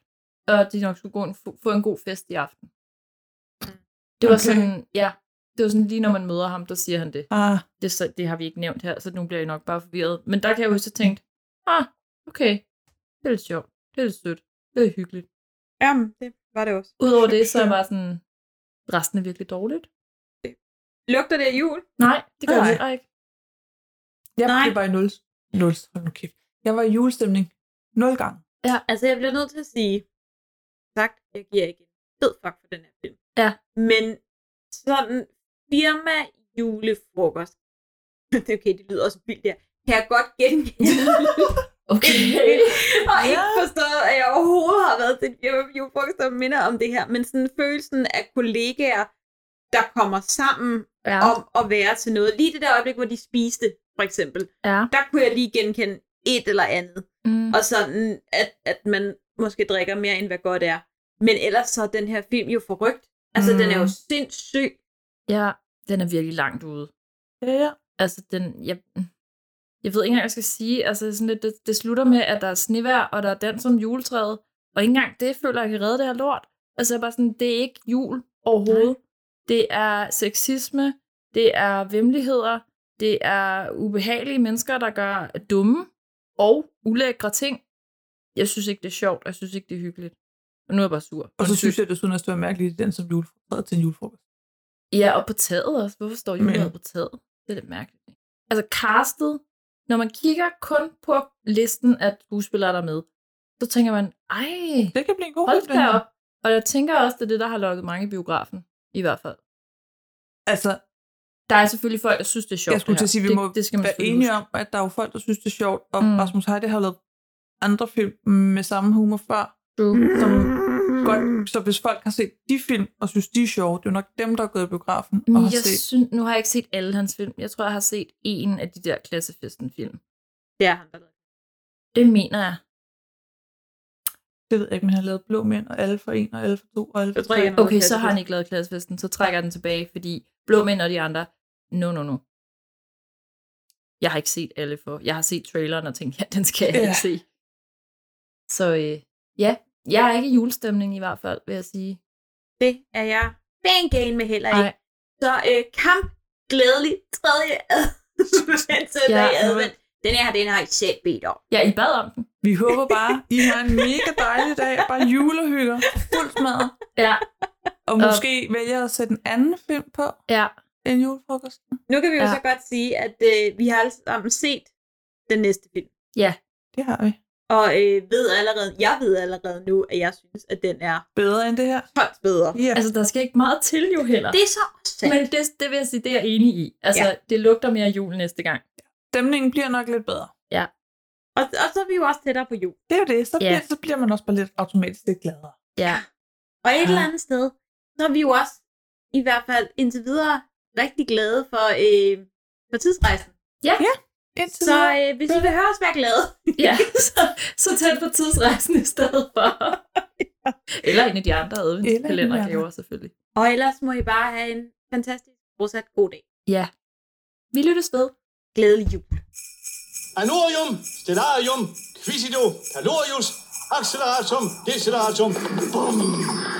H: og at de nok skulle gå en, få en god fest i aften. Mm. Det var
F: Okay.
H: sådan, ja, det var sådan lige når man møder ham, der siger han det.
F: Ah,
H: det, så, det har vi ikke nævnt her, så nu bliver jeg nok bare forvirret. Men der kan jeg jo så tænke, ah, okay, det er lidt sjovt, det er lidt sødt, det er hyggeligt.
I: jamen, det var det også.
H: Udover det, så er jeg bare sådan, resten er virkelig dårligt.
I: Lugter det af jul?
H: Nej, det gør jeg
F: Nej.
H: heller ikke.
F: jeg
I: Nej.
F: blev bare i nul. Nul, hold nu kæft. Jeg var i julestemning. Nul gang.
I: Altså, jeg bliver nødt til at sige, sagt, jeg giver ikke en fed fuck for den her film.
H: Ja.
I: Men sådan firma julefrokost. det er okay, det lyder også vildt der. Kan jeg godt genkende.
H: Okay.
I: og ikke forstået, at jeg overhovedet har været til en firma julefrokost, der minder om det her. Men sådan følelsen af kollegaer, der kommer sammen
H: Ja,
I: om at være til noget. Lige det der øjeblik, hvor de spiste, for eksempel.
H: ja.
I: Der kunne jeg lige genkende et eller andet.
H: Mm.
I: Og sådan, at, at man måske drikker mere, end hvad godt er. Men ellers så er den her film jo forrygt. Altså, mm. den er jo sindssyg.
H: ja, den er virkelig langt ude.
F: Ja, ja.
H: Altså, den, jeg, jeg ved ikke engang, hvad jeg skal sige. Altså, det er sådan lidt, det, det slutter med, at der er snevær, og der er dans om juletræet. Og ikke engang det føler jeg kan redde det her lort. Altså, jeg er bare sådan, det er ikke jul overhovedet. Nej. Det er sexisme, det er vemmeligheder, det er ubehagelige mennesker, der gør dumme og ulækre ting. Jeg synes ikke, det er sjovt, og jeg synes ikke, det er hyggeligt. Og nu er jeg bare sur.
F: Og så synes jeg desuden, at det var mærkeligt, at den som julefrokost til en julefrokost.
H: Ja, og på taget også. Hvorfor står juletræet
F: Men-
H: på taget? Det er lidt mærkeligt. ikke? Altså castet, når man kigger kun på listen af skuespillere, der er med, så tænker man, ej,
F: Det kan blive en god
H: hold
F: film, det
H: da
F: her.
H: op. Og jeg tænker også, det er det, der har lukket mange i biografen, i hvert fald.
F: Altså,
H: Der er selvfølgelig folk, der synes, det er sjovt.
F: jeg
H: det
F: skulle til at
H: her.
F: sige, at vi
H: det,
F: må
H: det skal man
F: være
H: selvfølgelig
F: enige
H: huske.
F: om, at der er jo folk, der synes, det er sjovt, og
H: Mm.
F: mm. Rasmus Heide har lavet andre film med samme humor før,
H: True.
F: som godt,
H: Mm.
F: så hvis folk har set de film og synes, de er sjove, det er jo nok dem, der er gået i biografen og
H: Men
F: har
H: jeg
F: set.
H: synes, nu har jeg ikke set alle hans film. Jeg tror, jeg har set en af de der klassefesten-film.
I: Det er han, der lavede.
H: Det mener jeg.
F: Det ved jeg ikke, men han har lavet Blå Mænd, og alle for en, og alle for to, og alle for
I: Jeg tror ikke,
F: tre.
I: han
H: Okay, så har han ikke lavet klassefesten. Så trækker jeg den tilbage, fordi blå mænd og de andre, no, no, no. Jeg har ikke set alle for. Jeg har set traileren og tænkt, ja, den skal jeg
F: Ja.
H: ikke se. Så øh, ja, jeg er ikke i julestemning i hvert fald, vil jeg sige.
I: Det er jeg bangane med heller ikke.
H: Nej,
I: Så øh, kamp, glædelig, tredje advent, søndag i
H: Ja.
I: advent. Den her, den har I selv bedt om.
H: ja, I bad om den.
F: Vi håber bare, I har en mega dejlig dag, bare julehygger, fuldt mad,
H: Ja,
F: og måske vælger at sætte en anden film på
H: ja,
F: end julefrokosten.
I: Nu kan vi jo
H: Ja.
I: ja. så godt sige, at øh, vi har alle sammen set den næste film.
H: ja.
F: Det har vi.
I: Og øh, ved allerede, jeg ved allerede nu, at jeg synes, at den er
F: Bedre end det her.
I: tons bedre.
F: Ja.
H: Altså, der skal ikke meget til jo heller.
I: Det er så også sandt.
H: Men det, det vil jeg sige, det er jeg enig i. Altså, ja.
I: Ja.
H: det lugter mere jul næste gang.
F: Stemningen bliver nok lidt bedre.
I: Og, og så er vi jo også tættere på jul.
F: Det er jo det. Så,
H: Ja.
F: bliver, så bliver man også bare lidt automatisk lidt gladere.
H: Ja,
I: Og et
F: Ja.
I: eller andet sted, så er vi jo også, i hvert fald indtil videre, rigtig glade for, øh, for tidsrejsen.
F: Indtil
I: Så
F: videre.
I: øh, hvis I vil høre os være glade,
H: ja. Så, så tæt på tidsrejsen i stedet for. Eller en af de andre adventskalendergaver, selvfølgelig.
I: og ellers må I bare have en fantastisk, fortsat god dag.
H: Ja. Vi lyttes ved.
I: Glædelig jul.
O: Anorium, stellarium, quisido, calorius, acceleratum, deceleratum. Bum!